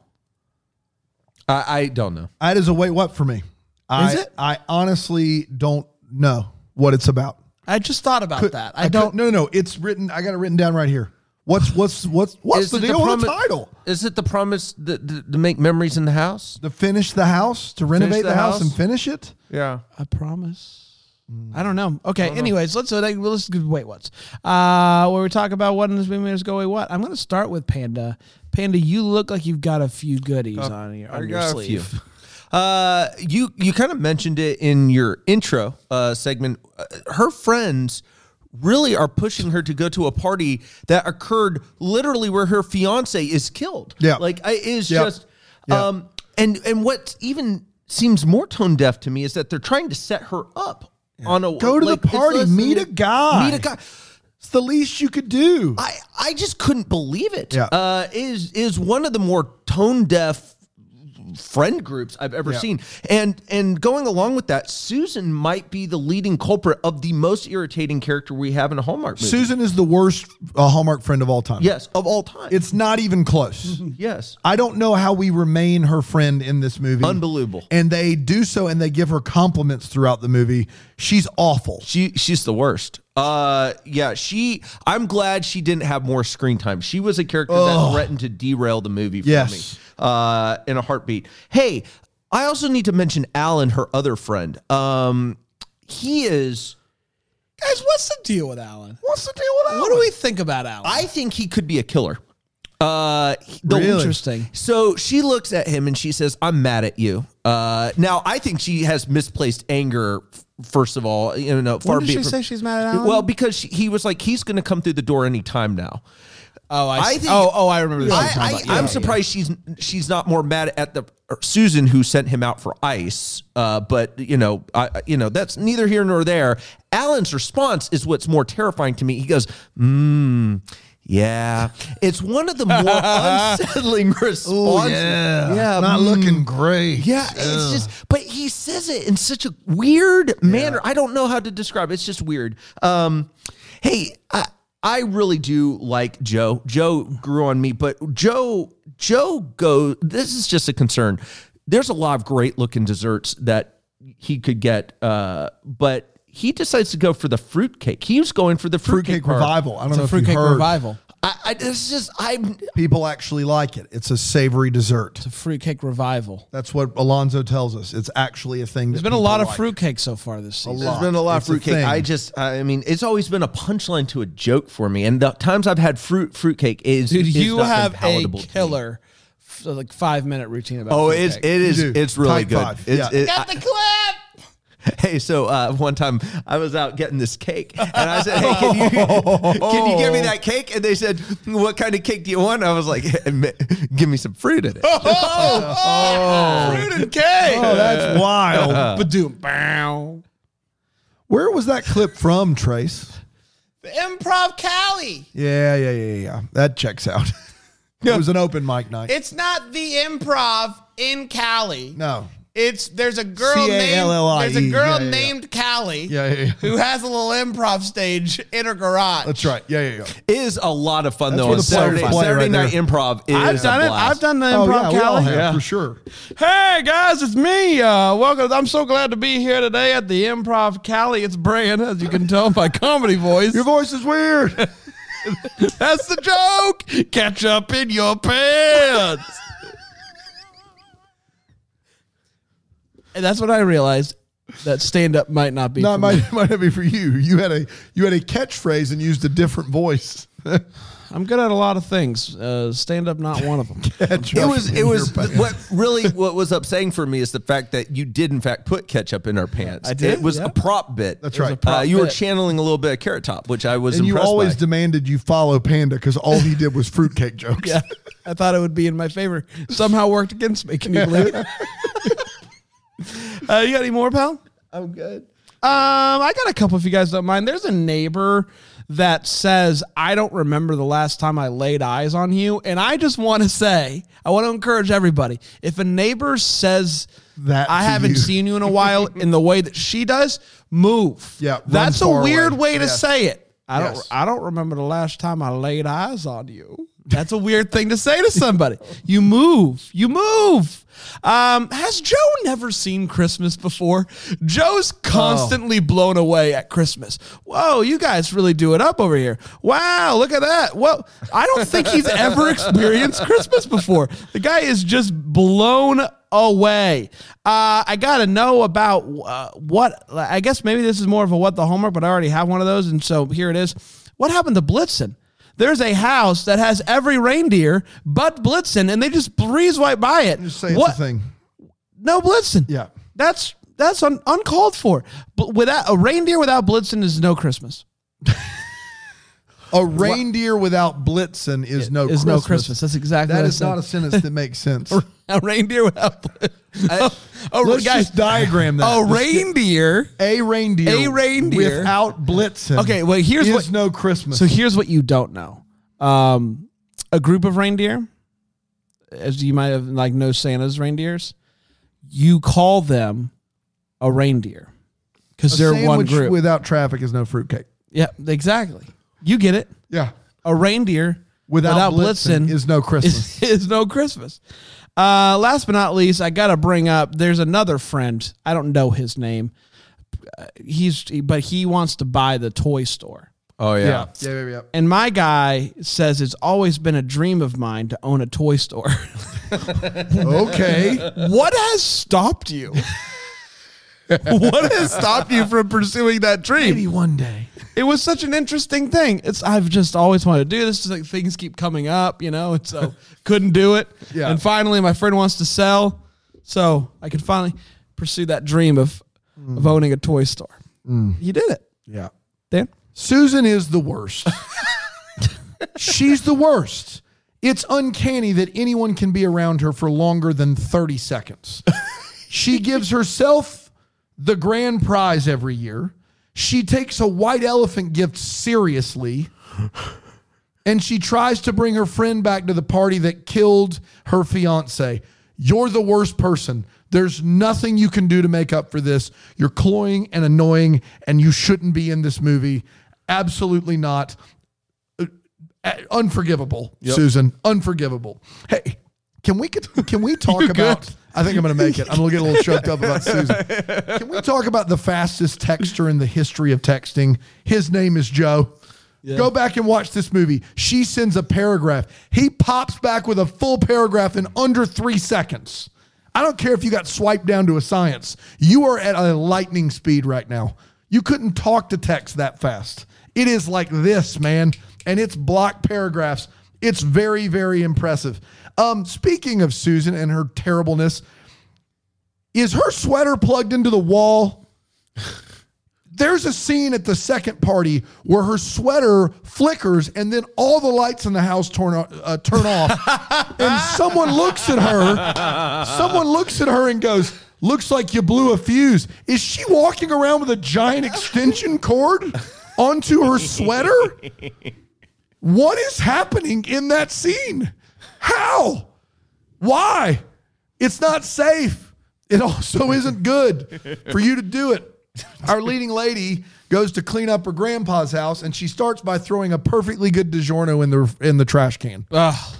S4: I, I don't know.
S3: That is a wait what for me. Is I,
S5: it?
S3: I honestly don't know what it's about.
S5: I just thought about that. I,
S3: could-
S5: don't.
S3: No, no, no. It's written. I got it written down right here. What's what's what's what's the
S4: it
S3: deal with the
S4: promi-
S3: title?
S4: Is it the promise that, that- to make memories in the house?
S3: To finish the house, to renovate
S4: the
S3: the, house,
S4: house?
S3: and finish it.
S4: Yeah.
S5: I promise. I Mm. don't know. Okay. anyways, let's like, well, let's give- wait. What's uh, where we talk about what in this movie is going? What I'm going to start with Panda. Panda, you look like you've got a few goodies on your on your sleeve.
S4: Uh, you you kind of mentioned it in your intro uh, segment. Uh, her friends really are pushing her to go to a party that occurred literally where her fiance is killed.
S3: Yeah.
S4: Like I it is
S3: Yeah.
S4: just
S3: Yeah.
S4: um and and what even seems more tone deaf to me is that they're trying to set her up on a
S3: Go to the
S4: like, it's
S3: party,
S4: less than-
S3: meet a guy.
S4: Meet a guy.
S3: It's the least you could do.
S4: I, I just couldn't believe it.
S3: Yeah.
S4: Uh, is is one of the more tone deaf friend groups I've ever
S3: Yeah.
S4: seen. And and going along with that, Susan might be the leading culprit of the most irritating character we have in a Hallmark movie.
S3: Susan is the worst uh, Hallmark friend of all time.
S4: yes, of all time.
S3: It's not even close.
S4: yes.
S3: I don't know how we remain her friend in this movie.
S4: Unbelievable.
S3: And they do so and they give her compliments throughout the movie. She's awful.
S4: She she's the worst. Uh yeah, she I'm glad she didn't have more screen time. She was a character that threatened to derail the movie for
S3: Yes.
S4: me. Uh in a heartbeat. Hey, I also need to mention Alan, her other friend. Um he is
S5: Guys, what's the deal with Alan?
S3: What's the deal with
S5: What do we think about Alan?
S4: I think he could be a killer. Uh the
S5: Interesting.
S4: So she looks at him and she says, "I'm mad at you." Uh, now I think she has misplaced anger. f- First of all, you know, far
S5: did
S4: be it
S5: she
S4: from-
S5: say she's mad at Alan?
S4: Well, because she, he was like, he's going to come through the door any time now.
S5: oh, I,
S4: I
S5: see.
S4: think-
S5: oh, oh, I remember this. you're
S4: I,
S5: talking
S4: I,
S5: about.
S4: I'm
S5: Yeah,
S4: surprised she's she's not more mad at the or Susan who sent him out for ice. Uh, but you know, I I- you know that's neither here nor there. Alan's response is what's more terrifying to me. He goes, "Hmm, yeah." It's one of the more unsettling responses. Oh, yeah, Mm. hmm.
S3: Not looking great.
S4: yeah, it's just, but he says it in such a weird manner. I don't know how to describe. it. It's just weird. Um, hey, I, I really do like Joe. Joe grew on me, but Joe, Joe go. This is just a concern. There's a lot of great looking desserts that he could get, uh, but he decides to go for the fruitcake. He was going for the fruitcake,
S3: Fruitcake
S4: bar.
S3: Revival. I don't know
S5: a
S3: if you
S5: fruitcake
S3: heard.
S5: revival.
S4: I, I, this is just I'm.
S3: People actually like it. It's a savory dessert.
S5: Fruitcake revival.
S3: That's what Alonzo tells us. It's actually a thing.
S5: There's been a lot of fruitcake so far this season.
S3: lot.
S4: There's been a lot
S3: It's a
S4: of fruitcake.
S3: thing.
S4: I just, I mean, it's always been a punchline to a joke for me. And the times I've had fruit fruitcake is,
S5: Dude,
S4: is
S5: you
S4: not been
S5: have a
S4: palatable to me.
S5: killer, f- like five minute routine about.
S4: Oh, it's it
S5: fruitcake.
S4: is
S3: You do.
S4: it's really
S3: Type
S4: good.
S3: five.
S4: It's,
S3: Yeah.
S4: it- I- Hey, so uh, one time I was out getting this cake, and I said, "Hey, can you can you give me that cake?" And they said, "What kind of cake do you want?" I was like, "Give me some fruit in it."
S5: fruit and cake.
S3: Oh, that's wild.
S5: Badoom, bow.
S3: Where was that clip from, Trace?
S5: The improv Cali.
S3: Yeah, yeah, yeah, yeah. That checks out. it was an open mic night.
S5: It's not the improv in Cali.
S3: no.
S5: It's there's a girl
S3: C-A-L-L-I-E.
S5: named there's a girl
S3: E. Yeah, yeah, yeah.
S5: named Callie
S3: Yeah, yeah, yeah.
S5: who has a little improv stage in her garage.
S3: That's right. Yeah, yeah, yeah.
S4: is a lot of fun though.
S3: where
S4: On
S3: the players
S4: Saturday,
S3: play
S4: Saturday
S3: right
S4: night
S3: there.
S4: improv is a blast.
S5: done the
S3: Oh, yeah, we all have, for sure.
S5: Hey guys, it's me. Uh, welcome. I'm so glad to be here today at the Improv Cali. It's Bran, as you can tell by comedy voice.
S3: Your voice is weird.
S5: That's the joke. Catch up in your pants. and that's what I realized that stand up might not be.
S3: no, it
S5: for
S3: might,
S5: me.
S3: it might not be for you. You had a you had a catchphrase and used a different voice.
S5: I'm good at a lot of things. Uh, stand up, not one of them.
S4: it was it was what really what was upsetting for me is the fact that you did in fact put ketchup in our pants.
S5: I did,
S4: It was
S5: yeah.
S4: a prop bit.
S3: That's
S4: It was
S3: right.
S4: a prop uh, you were
S5: bit.
S4: channeling a little bit of carrot top, which I was
S3: and you
S4: impressed
S3: always
S4: by.
S3: demanded you follow Panda because all he did was fruitcake jokes.
S5: yeah, I thought it would be in my favor. Somehow worked against me. Can you believe it? uh, you got any more, pal?
S3: I'm good.
S5: Um, I got a couple if you guys don't mind. There's a neighbor that says, I don't remember the last time I laid eyes on you. And I just want to say, I want to encourage everybody if a neighbor says
S3: That
S5: I
S3: to
S5: haven't
S3: you.
S5: seen you in a while in the way that she does, move.
S3: Yeah, run
S5: That's a
S3: far
S5: weird
S3: away.
S5: way to
S3: Yes.
S5: say it. I don't
S3: Yes.
S5: I don't remember the last time I laid eyes on you. That's a weird thing to say to somebody. You move. You move. Um, has Joe never seen Christmas before? Joe's constantly blown away at Christmas. Whoa, you guys really do it up over here. Wow, look at that. Well, I don't think he's ever experienced Christmas before. The guy is just blown away. Uh, I got to know about uh, what, I guess maybe this is more of a what the homework, but I already have one of those. And so here it is. What happened to Blitzen? There's a house that has every reindeer but Blitzen, and they just breeze right by it.
S3: Just say it's a thing.
S5: No Blitzen.
S3: Yeah.
S5: That's that's un, uncalled for. But without a reindeer without Blitzen is no Christmas.
S3: A reindeer without blitzen is no
S5: is
S3: Christmas.
S5: no Christmas. That's exactly
S3: That
S5: what I
S3: is
S5: said.
S3: not a sentence that makes sense.
S5: a reindeer without. oh, oh,
S3: Let's
S5: guys.
S3: just diagram that.
S5: oh,
S3: Just
S5: reindeer.
S3: a reindeer.
S5: A reindeer.
S3: without blitzen.
S5: Okay, well, here's
S3: is
S5: what-
S3: no Christmas.
S5: So here's what you don't know: um, a group of reindeer, as you might have like know Santa's reindeers, you call them a reindeer because
S3: a
S5: they're
S3: sandwich
S5: one group.
S3: without traffic is no fruitcake.
S5: yeah, exactly. You get it.
S3: Yeah.
S5: A reindeer
S3: Without,
S5: without,
S3: blitzen,
S5: blitzen
S3: is no Christmas.
S5: is, is no Christmas. Uh, last but not least, I gotta bring up. There's another friend. I don't know his name. Uh, He's but he wants to buy the toy store.
S4: Oh yeah.
S3: yeah. Yeah, yeah, yeah.
S5: And my guy says it's always been a dream of mine to own a toy store. uh,
S3: Okay.
S5: what has stopped you? what has stopped you from pursuing that dream?
S3: Maybe one day.
S5: It was such an interesting thing. It's I've just always wanted to do this. It's like things keep coming up, you know, and so couldn't do it.
S3: Yeah.
S5: And finally, my friend wants to sell, so I can finally pursue that dream of
S3: Mm.
S5: of owning a toy store. You did it,
S3: Yeah.
S5: Dan.
S3: Susan is the worst. She's the worst. It's uncanny that anyone can be around her for longer than 30 seconds. she gives herself the grand prize every year. She takes a white elephant gift seriously. And she tries to bring her friend back to the party that killed her fiance. You're the worst person. There's nothing you can do to make up for this. You're cloying and annoying, and you shouldn't be in this movie. Absolutely not. Uh, uh, Unforgivable, Susan. Unforgivable. Hey, can we can we talk about? I think I'm going to make it. I'm going to get a little choked up about Susan. Can we talk about the fastest texter in the history of texting? His name is Joe. Go back and watch this movie. She sends a paragraph. He pops back with a full paragraph in under three seconds. I don't care if you got swiped down to a science. You are at a lightning speed right now. You couldn't talk to text that fast. It is like this, man, and it's block paragraphs. It's very, very impressive. Um, speaking of Susan and her terribleness, is her sweater plugged into the wall? There's a scene at the second party where her sweater flickers and then all the lights in the house turn, o- uh, turn off. and someone looks at her. Someone looks at her and goes, Looks like you blew a fuse. Is she walking around with a giant extension cord onto her sweater? What is happening in that scene? How? Why? It's not safe. It also isn't good for you to do it. Our leading lady goes to clean up her grandpa's house, and she starts by throwing a perfectly good DiGiorno in the in the trash can.
S5: Ugh.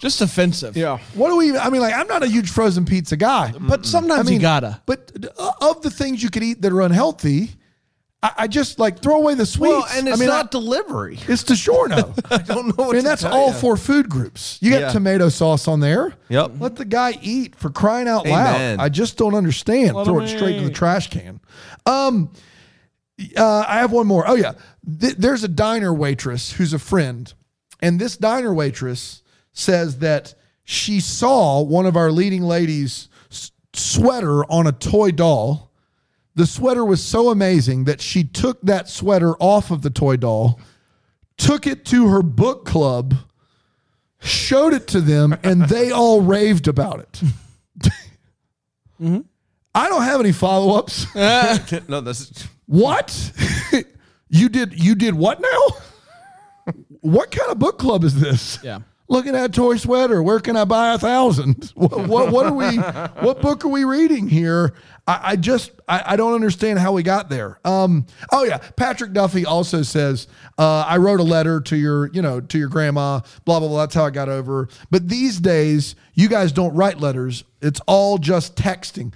S5: Just offensive. Yeah.
S3: What do we? even- I mean, like I'm not a huge frozen pizza guy,
S5: But sometimes
S3: I mean,
S5: you gotta.
S3: But uh, of the things you could eat that are unhealthy, I, I just like throw away the sweets.
S4: Well, and it's
S3: I mean,
S4: not
S3: I,
S4: delivery.
S3: it's DiGiorno.
S4: I don't know. What
S3: I mean,
S4: to
S3: that's
S4: tell
S3: all
S4: ya.
S3: four food groups. You got
S4: Yeah.
S3: tomato sauce on there.
S4: Yep.
S3: Let the guy eat for crying out
S4: Amen.
S3: loud. I just don't understand. Throw it straight to the trash can. Um, uh, I have one more. Oh yeah, Th- there's a diner waitress who's a friend, and this diner waitress says that she saw one of our leading ladies' s- sweater on a toy doll. The sweater was so amazing that she took that sweater off of the toy doll, took it to her book club, showed it to them, and they all raved about it. I don't have any follow ups.
S4: no, that's
S3: What? you did you did what now? what kind of book club is this?
S5: Yeah.
S3: Look at that toy sweater. Where can I buy a thousand? What, what, what are we? What book are we reading here? I, I just I, I don't understand how we got there. Um. Oh yeah, Patrick Duffy also says uh, I wrote a letter to your you know to your grandma. Blah blah blah. That's how I got over. But these days, you guys don't write letters. It's all just texting.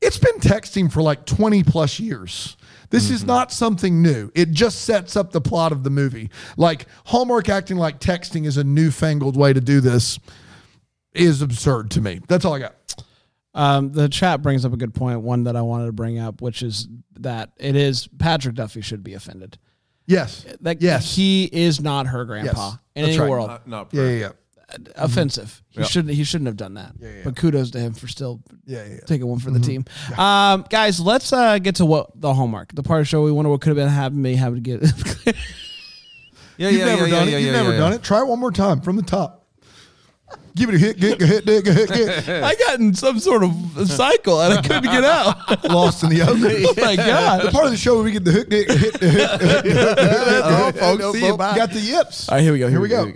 S3: It's been texting for like twenty plus years. This is not something new. It just sets up the plot of the movie. Like Hallmark acting like texting is a newfangled way to do this is absurd to me. That's all I got.
S5: Um, the chat brings up a good point, one that I wanted to bring up, which is that it is Patrick Duffy should be offended.
S3: Yes.
S5: Like
S3: yes.
S5: he is not her grandpa
S3: Yes,
S5: in
S3: that's
S5: any
S3: right. Uh,
S5: world.
S4: not.
S3: yeah, yeah, yeah.
S5: Mm-hmm. Offensive. He shouldn't he shouldn't have done that. But kudos to him for still
S3: Yeah, yeah, yeah.
S5: taking one for the team. Um, guys, let's uh, get to what the hallmark, the part of the show we wonder what could have been happened, may have to get
S4: Yeah,
S3: You've
S4: yeah,
S3: never done
S4: yeah, yeah,
S3: it.
S4: yeah,
S3: You've
S4: yeah,
S3: never
S4: yeah.
S3: done it. Try it one more time from the top. Give it a hit, get, a hit, dig, a hit, get.
S5: I got in some sort of cycle and I couldn't get out.
S3: Lost in the open.
S5: oh my
S3: The
S5: god!
S3: part of the show where we get the hook, dick, hit, the hit, the hit, the hit, the hit.
S5: Oh, folks,
S3: No,
S5: see you,
S3: folks,
S5: bye.
S3: Got the yips.
S5: All right, here we go.
S3: Here we go.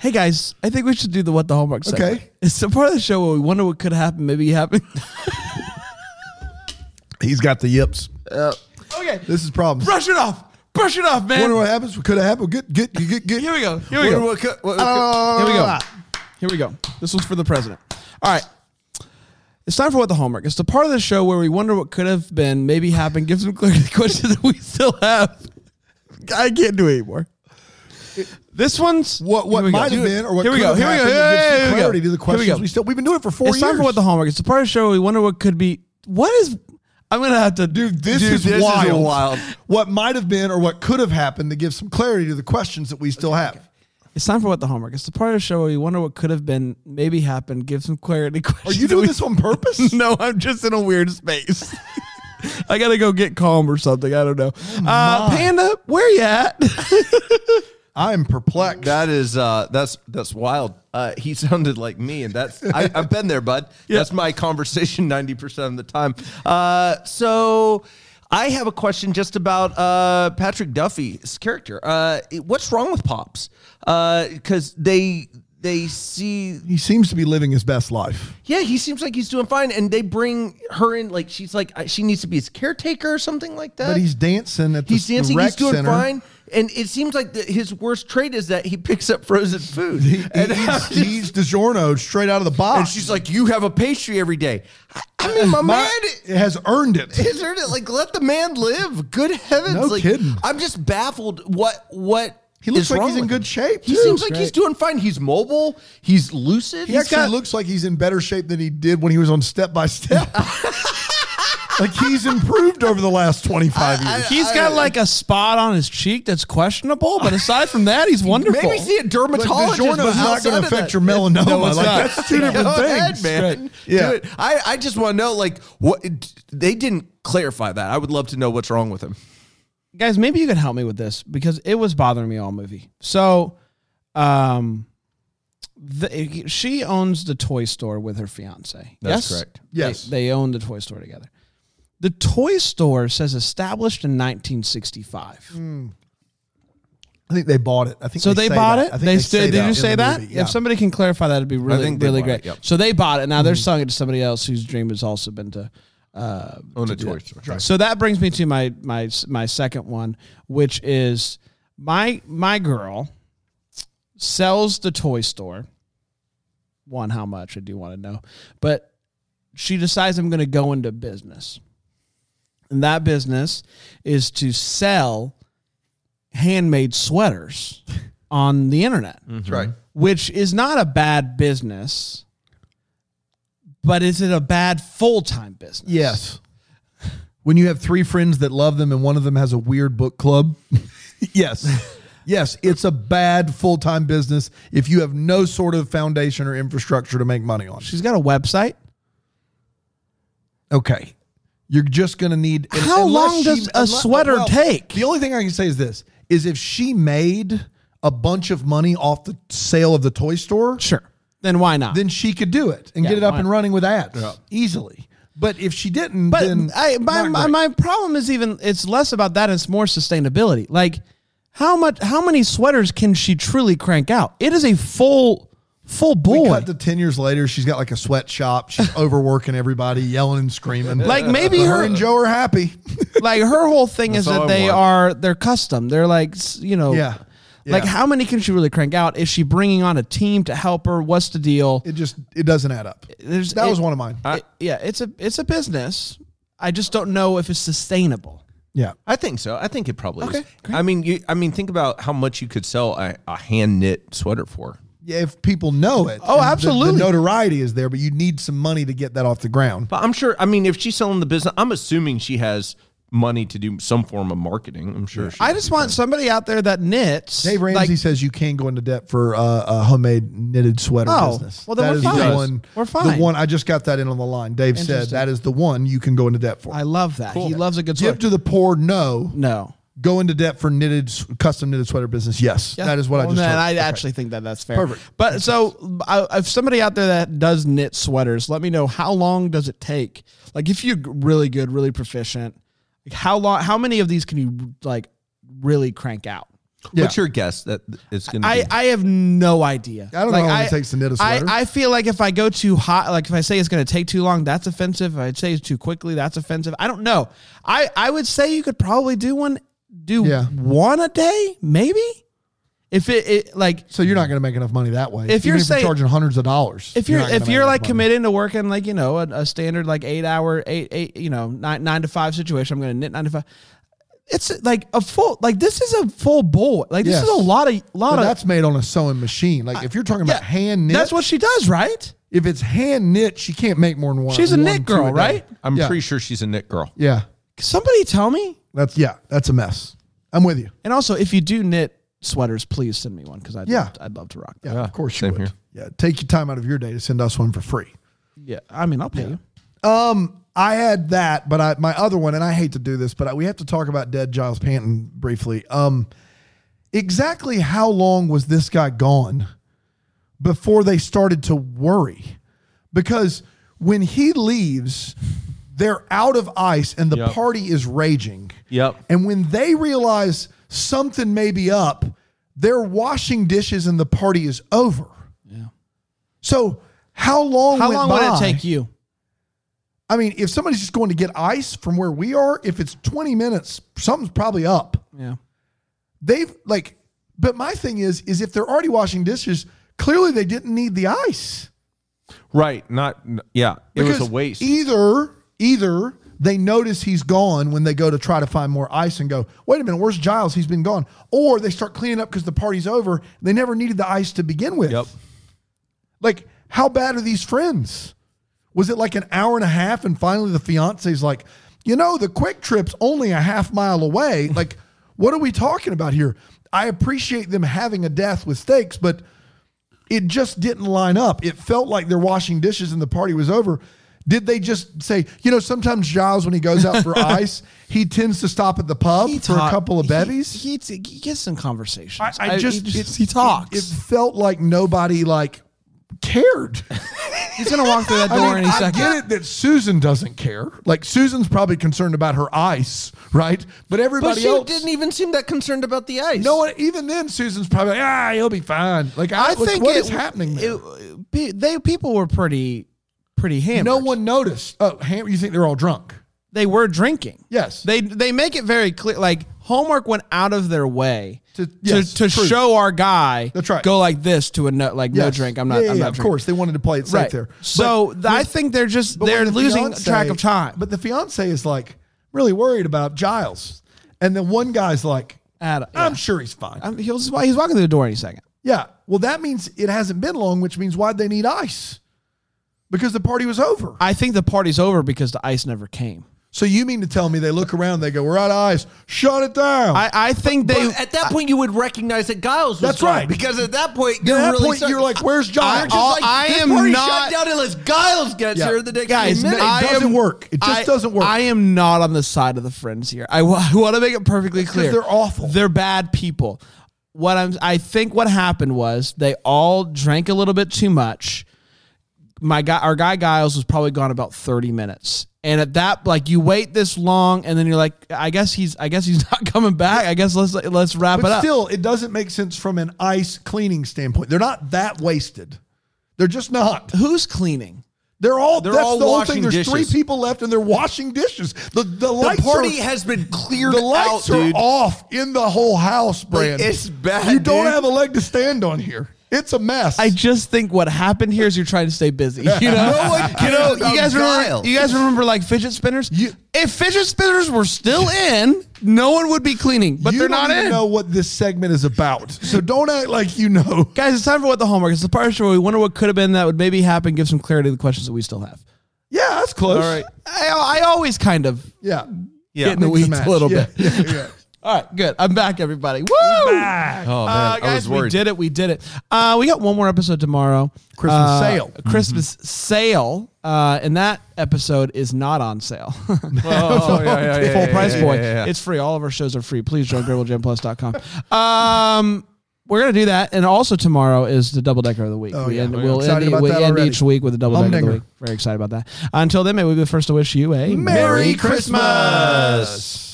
S5: Hey guys, I think we should do the what the hallmark. Segment.
S3: Okay.
S5: it's the part of the show where we wonder what could happen, maybe happen.
S3: He's got the yips.
S5: okay,
S3: This is problems.
S5: brush it off, brush it off, man.
S3: Wonder what happens? What could have happened? Get, get, get, get.
S5: Here we go. Here we go.
S4: Oh.
S5: Here we go. Here we go. This one's for the president. All right. It's time for what the hallmark. It's the part of the show where we wonder what could have been, maybe happened, give some clarity to questions that we still have. I can't do it anymore. This one's
S3: What,
S5: Here
S3: what
S5: we go.
S3: might have been or what
S5: Here we
S3: could
S5: go.
S3: have
S5: Here we go.
S3: happened.
S5: Yeah, yeah,
S3: Give some
S5: yeah, here we go.
S3: clarity to the
S5: Here we
S3: questions
S5: go.
S3: we still, we've been doing it for four
S5: It's
S3: years.
S5: time for what the hallmark. It's the part of the show where we wonder what could be. What is? I'm gonna have to do
S3: This
S4: Dude,
S3: is
S4: this is
S3: wild.
S4: wild.
S3: What might have been or what could have happened to give some clarity to the questions that we still have.
S5: It's time for what the hallmark. It's the part of the show where we wonder what could have been, maybe happened, give some clarity. to
S3: Are
S5: questions
S3: you
S5: that
S3: doing
S5: we
S3: this on purpose?
S5: no, I'm just in a weird space. I gotta go get calm or something. I don't know.
S4: Oh,
S5: uh, Panda, where you at?
S3: I am perplexed.
S4: That is uh, that's that's wild. Uh, he sounded like me, and that's I, I've been there, bud. That's my conversation ninety percent of the time. Uh, so. I have a question just about uh, Patrick Duffy's character. Uh, it- what's wrong with Pops? Because they they see,
S3: he seems to be living his best life.
S4: yeah, he seems like he's doing fine, and they bring her in like she's like uh, she needs to be his caretaker or something like that.
S3: But he's dancing at the
S4: He's
S3: the
S4: dancing.
S3: rec
S4: he's doing
S3: center.
S4: fine. And it seems like the, his worst trait is that he picks up frozen food.
S3: He, he
S4: and,
S3: eats, he eats DiGiorno straight out of the box.
S4: and she's like, "You have a pastry every day." I, I mean, my,
S3: My-
S4: man
S3: it has earned it.
S4: has earned it. Like, let the man live. Good heavens!
S3: No
S4: like,
S3: kidding.
S4: I'm just baffled. What? What?
S3: He looks
S4: is
S3: like
S4: wrong
S3: he's in
S4: with
S3: good
S4: him.
S3: shape,
S4: He
S3: too.
S4: seems like he's doing fine. He's mobile. He's lucid.
S3: He actually looks like he's in better shape than he did when he was on Step by Step. like he's improved over the last 25 years.
S5: he's got like a spot on his cheek that's questionable, but aside from that, he's wonderful.
S4: Maybe see a
S3: But
S4: dermatologist.
S3: DiGiorno's not
S4: but outside
S3: going
S4: of
S3: to affect
S4: that-
S3: your melanoma.
S5: No, it's
S3: like
S5: not.
S3: that's two different
S4: Go ahead,
S3: things.
S4: man.
S5: Right.
S3: Yeah.
S4: Do it. I, I just want to know, like, what they didn't clarify that. I would love to know what's wrong with him.
S5: Guys, maybe you could help me with this because it was bothering me all movie. So, um, the, she owns the toy store with her fiance.
S4: That's
S5: yes?
S4: correct.
S3: Yes.
S5: They, they own the toy store together. The toy store says established in 1965.
S3: I think they bought it. I think
S5: So they,
S3: say
S5: bought it.
S3: that. I think
S5: They,
S3: say
S5: still did
S3: that
S5: you
S3: in
S5: say
S3: the
S5: that?
S3: movie. Yeah.
S5: If somebody can clarify that, it'd be really,
S4: think they
S5: really
S4: bought it,
S5: great. Mm-hmm.
S4: yep.
S5: So they bought it. Now they're selling it to somebody else whose dream has also been to uh,
S4: Own a
S5: do
S4: toy
S5: that.
S4: store.
S5: So that brings me to my my my second one, which is my my girl sells the toy store. One, how much I do want to know, but she decides I'm going to go into business, and that business is to sell handmade sweaters on the internet
S4: Mm-hmm.
S3: That's right.
S5: which is not a bad business, but is it a bad full time business?
S3: Yes. When you have three friends that love them and one of them has a weird book club. yes. Yes, it's a bad full time business if you have no sort of foundation or infrastructure to make money on.
S5: She's got a website.
S3: Okay. You're just going to need. un-
S5: How
S3: unless
S5: long does a
S3: unle-
S5: sweater take?
S3: The only thing I can say is this is if she made a bunch of money off the sale of the toy store,
S5: Sure. Then why not?
S3: then she could do it and get it up
S5: why
S3: and
S5: not?
S3: running with ads easily. But if she didn't,
S5: but
S3: then
S5: I, my,
S3: not
S5: my,
S3: great.
S5: my problem is even it's less about that. It's more sustainability. Like how much how many sweaters can she truly crank out? It is a full full
S3: We
S5: boy.
S3: cut to 10 years later. She's got like a sweatshop. She's overworking everybody, yelling and screaming.
S5: Like, maybe
S3: But
S5: her-
S3: and Joe are happy.
S5: like her whole thing is
S4: That's all
S5: that
S4: I
S5: they
S4: want.
S5: are they're custom. They're like s- you know
S3: Yeah.
S5: Like
S3: Yeah.
S5: how many can she really crank out? Is she bringing on a team to help her? What's the deal?
S3: it just, it doesn't add up.
S5: There's-
S3: that
S5: it-
S3: was one of mine.
S4: Uh,
S5: it- yeah, it's a it's a business. I just don't know if it's sustainable.
S3: yeah.
S4: I think so. I think it probably is.
S5: Okay, great.
S4: I mean, you, I mean, think about how much you could sell a, a hand knit sweater for.
S3: Yeah. If people know it.
S5: Oh,
S3: and the-
S5: absolutely.
S3: The, notoriety is there, but you need some money to get that off the ground.
S4: But I'm sure. I mean, if she's selling the business, I'm assuming she has money to do some form of marketing. I'm sure. She,
S5: I just want somebody out there that knits.
S3: Dave Ramsey
S5: like,
S3: says you can go into debt for uh, a homemade knitted sweater
S5: Oh,
S3: business.
S5: well, then we're
S3: is
S5: fine.
S3: the one.
S5: We're fine.
S3: The one I just got that in on the line. Dave said
S5: Interesting.
S3: that is the one you can go into debt for.
S5: I love that. He loves a good
S3: Give
S5: sweater.
S3: to the poor, no,
S5: no,
S3: go into debt for knitted custom knitted sweater business. Yes, that is what I
S5: Well,
S3: just.
S5: then
S3: heard.
S5: I
S3: Okay.
S5: actually think that that's fair.
S3: Perfect.
S5: But so, I, if somebody out there that does knit sweaters, let me know how long does it take? Like, if you're g- really good, really proficient, like how long? How many of these can you like really crank out?
S4: What's your guess that it's going to
S5: I,
S4: be?
S5: I have no idea.
S3: Mm-hmm. I don't know how long it takes to knit a
S5: I,
S3: sweater.
S5: I feel like if I go too hot, like if I say it's going to take too long, that's offensive. If I say it's too quickly, that's offensive. I don't know. I, I would say you could probably do one, do
S3: Yeah.
S5: one a day, maybe. If it, it like
S3: so you're not going to make enough money that way.
S5: If
S3: Even
S5: you're saying-
S3: charging hundreds of dollars,
S5: if you're,
S3: not gonna
S5: if
S3: make
S5: you're
S3: enough
S5: like
S3: money.
S5: committing to working like you know a, a standard like eight hour eight eight you know nine nine to five situation, I'm gonna knit nine to five. It's like a full like this is a full bowl. Like this
S3: Yes.
S5: is a lot of lot
S3: But
S5: of
S3: that's made on a sewing machine. Like if you're talking about hand knit,
S5: That's what she does, right?
S3: if it's hand knit, she can't make more than one.
S5: She's a
S3: one,
S5: knit
S3: two
S5: girl,
S3: a day.
S5: right?
S4: I'm
S3: yeah.
S4: pretty sure she's a knit girl.
S3: Yeah,
S5: Somebody tell me.
S3: that's yeah, that's a mess. I'm with you.
S5: And also, if you do knit sweaters, please send me one because I'd,
S3: Yeah.
S5: love- I'd love to rock.
S3: Yeah,
S5: Them.
S3: of course you
S4: same
S3: would.
S4: here.
S3: Yeah, take your time out of your day to send us one for free.
S5: Yeah. I mean, I'll pay you.
S3: Um, I had that, but I my other one, and I hate to do this, but I, we have to talk about dead Giles Panton briefly. Um, exactly how long was this guy gone before they started to worry? Because when he leaves, they're out of ice and the
S4: Yep.
S3: party is raging.
S4: Yep.
S3: And when they realize something may be up, they're washing dishes and the party is over. Yeah. So how long?
S5: How
S3: went
S5: long would it
S3: by?
S5: take you?
S3: I mean, if somebody's just going to get ice from where we are, if it's 20 minutes, something's probably up.
S5: Yeah.
S3: They've like, but my thing is, is if they're already washing dishes, clearly they didn't need the ice.
S4: Right. Not, n- yeah. It was a
S3: Because
S4: waste.
S3: Either, either they notice he's gone when they go to try to find more ice and go, wait a minute, where's Giles? He's been gone. Or they start cleaning up because the party's over. They never needed the ice to begin with.
S4: Yep.
S3: Like, how bad are these friends? Was it like an hour and a half and finally the fiance's like, you know, the quick trip's only a half mile away. Like, what are we talking about here? I appreciate them having a death with stakes, but it just didn't line up. It felt like they're washing dishes and the party was over. Did they just say, you know, sometimes Giles, when he goes out for ice, he tends to stop at the pub for a
S5: talk-
S3: couple of
S5: he-
S3: bevies?
S5: He, he, gets in conversations.
S3: I, I just,
S5: he,
S3: it-
S5: he talks.
S3: It, felt like nobody like cared.
S5: He's gonna walk through that door
S3: I, mean,
S5: any
S3: I
S5: second.
S3: get it that Susan doesn't care. Like Susan's probably concerned about her ice, right? But everybody
S4: but she
S3: else
S4: didn't even seem that concerned about the ice.
S3: No one. Even then, Susan's probably like, ah, he'll be fine. Like I,
S5: I
S3: like,
S5: think
S3: what
S5: it-
S3: is happening there?
S5: it- pe- they people were pretty, pretty hammered.
S3: no one noticed. Oh, Ham, you think they're all drunk?
S5: They were drinking.
S3: Yes.
S5: They they make it very clear. Like homework went out of their way
S3: To-
S5: to
S3: yes,
S5: to,
S3: prove.
S5: show our guy.
S3: That's right.
S5: Go like this to a no, like no
S3: Yes.
S5: drink. I'm not.
S3: Yeah, yeah,
S5: I'm
S3: yeah,
S5: not
S3: of
S5: drinking.
S3: course, they wanted to play it safe
S5: right
S3: there.
S5: So th- I think they're just
S3: But when
S5: they're
S3: the
S5: losing
S3: fiance-
S5: track of time.
S3: But the fiance is like really worried about Giles, and then one guy's like,
S5: Adam-
S3: I'm
S5: yeah.
S3: sure he's fine.
S5: I'm, um, he'll, he's walking through the door any second.
S3: Yeah. Well, that means it hasn't been long, which means why'd they need ice? Because the party was over.
S5: I think the party's over because the ice never came.
S3: So you mean to tell me they look around, they go, "We're out of ice. Shut it down."
S5: I, I think they.
S4: But at that point, you would recognize that Giles. Was
S3: That's
S4: gone,
S3: right.
S4: Because at that point,
S3: At
S4: you're
S3: that
S4: really
S3: point,
S4: certain-
S3: you're like, "Where's
S4: You're
S3: Giles?"
S4: just
S5: all-
S4: like,
S5: I
S4: this
S5: am
S4: party's
S5: not-
S4: shut down unless Giles gets
S3: Yeah.
S4: here. The next
S5: Guys,
S4: minute.
S3: it doesn't work. It just
S5: I-
S3: doesn't work.
S5: I am not on the side of the friends here. I, want to make it perfectly clear.
S3: they're awful.
S5: They're bad people. What I'm, I think what happened was they all drank a little bit too much. My guy, our guy Giles was probably gone about 30 minutes. And at that, like you wait this long, and then you're like, I guess he's, I guess he's not coming back. I guess let's let's wrap it
S3: but
S5: up.
S3: still, it doesn't make sense from an ice cleaning standpoint. They're not that wasted. They're just not.
S5: Who's cleaning?
S3: They're all.
S4: They're
S3: that's
S4: all
S3: the whole thing.
S4: washing
S3: There's three
S4: dishes.
S3: people left, and they're washing dishes. The the,
S4: The
S3: lights
S4: party
S3: are,
S4: has been cleared
S3: the lights
S4: out,
S3: are
S4: dude.
S3: off in the whole house, Brand.
S4: it's bad,
S3: You don't
S4: dude.
S3: have a leg to stand on here. It's a mess.
S5: I just think what happened here is you're trying to stay busy. You know, you, know you
S4: about
S5: guys
S4: Giles.
S5: remember you guys remember like fidget spinners? if fidget spinners were still in, no one would be cleaning, but
S3: you
S5: they're
S3: don't
S5: not
S3: even
S5: in.
S3: know what this segment is about. So don't act like you know.
S5: Guys, it's time for what the homework. It's the part of the show where we wonder what could have been that would maybe happen, give some clarity to the questions that we still have.
S3: Yeah, that's close.
S5: I, I always kind of
S3: Yeah.
S4: Yeah.
S5: get in the
S3: Mix
S5: weeds
S3: and match.
S5: a little
S3: Yeah,
S5: bit.
S3: yeah, yeah.
S5: All right, good. I'm back, everybody. Woo!
S4: Oh man,
S5: Uh,
S4: I
S5: guys,
S4: was worried.
S5: we did it. We did it. Uh, we got one more episode tomorrow.
S3: Christmas
S5: Uh,
S3: sale. Mm-hmm.
S5: a Christmas sale. Uh, and that episode is not on sale.
S4: Oh, yeah, yeah, yeah,
S5: Full
S4: yeah,
S5: price
S4: yeah,
S5: boy.
S4: yeah, yeah, yeah.
S5: It's free. All of our shows are free. Please join GribbleJamPlus.com. Um, we're gonna do that, and also tomorrow is the double decker of the week.
S3: Oh,
S5: we
S3: yeah.
S5: end,
S3: We're
S5: we'll
S3: excited
S5: end,
S3: about
S5: we
S3: that
S5: end
S3: already.
S5: each week with a double decker of the
S3: Humdinger.
S5: week. Very excited about that. Until then, may we be the first to wish you a
S3: Merry Christmas.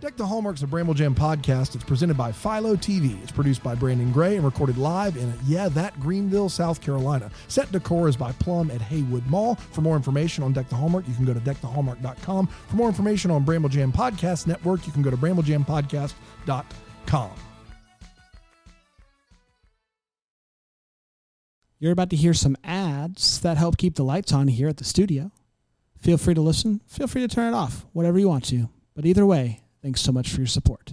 S3: Deck the Hallmarks of Bramble Jam podcast. It's presented by Philo TV. It's produced by Brandon Gray and recorded live in, yeah, that Greenville, South Carolina. Set decor is by Plum at Haywood Mall. For more information on Deck the Hallmark, you can go to deckthehallmark.com. For more information on Bramble Jam Podcast Network, you can go to bramblejampodcast.com.
S1: You're about to hear some ads that help keep the lights on here at the studio. Feel free to listen, feel free to turn it off, whatever you want to. But either way, thanks so much for your support.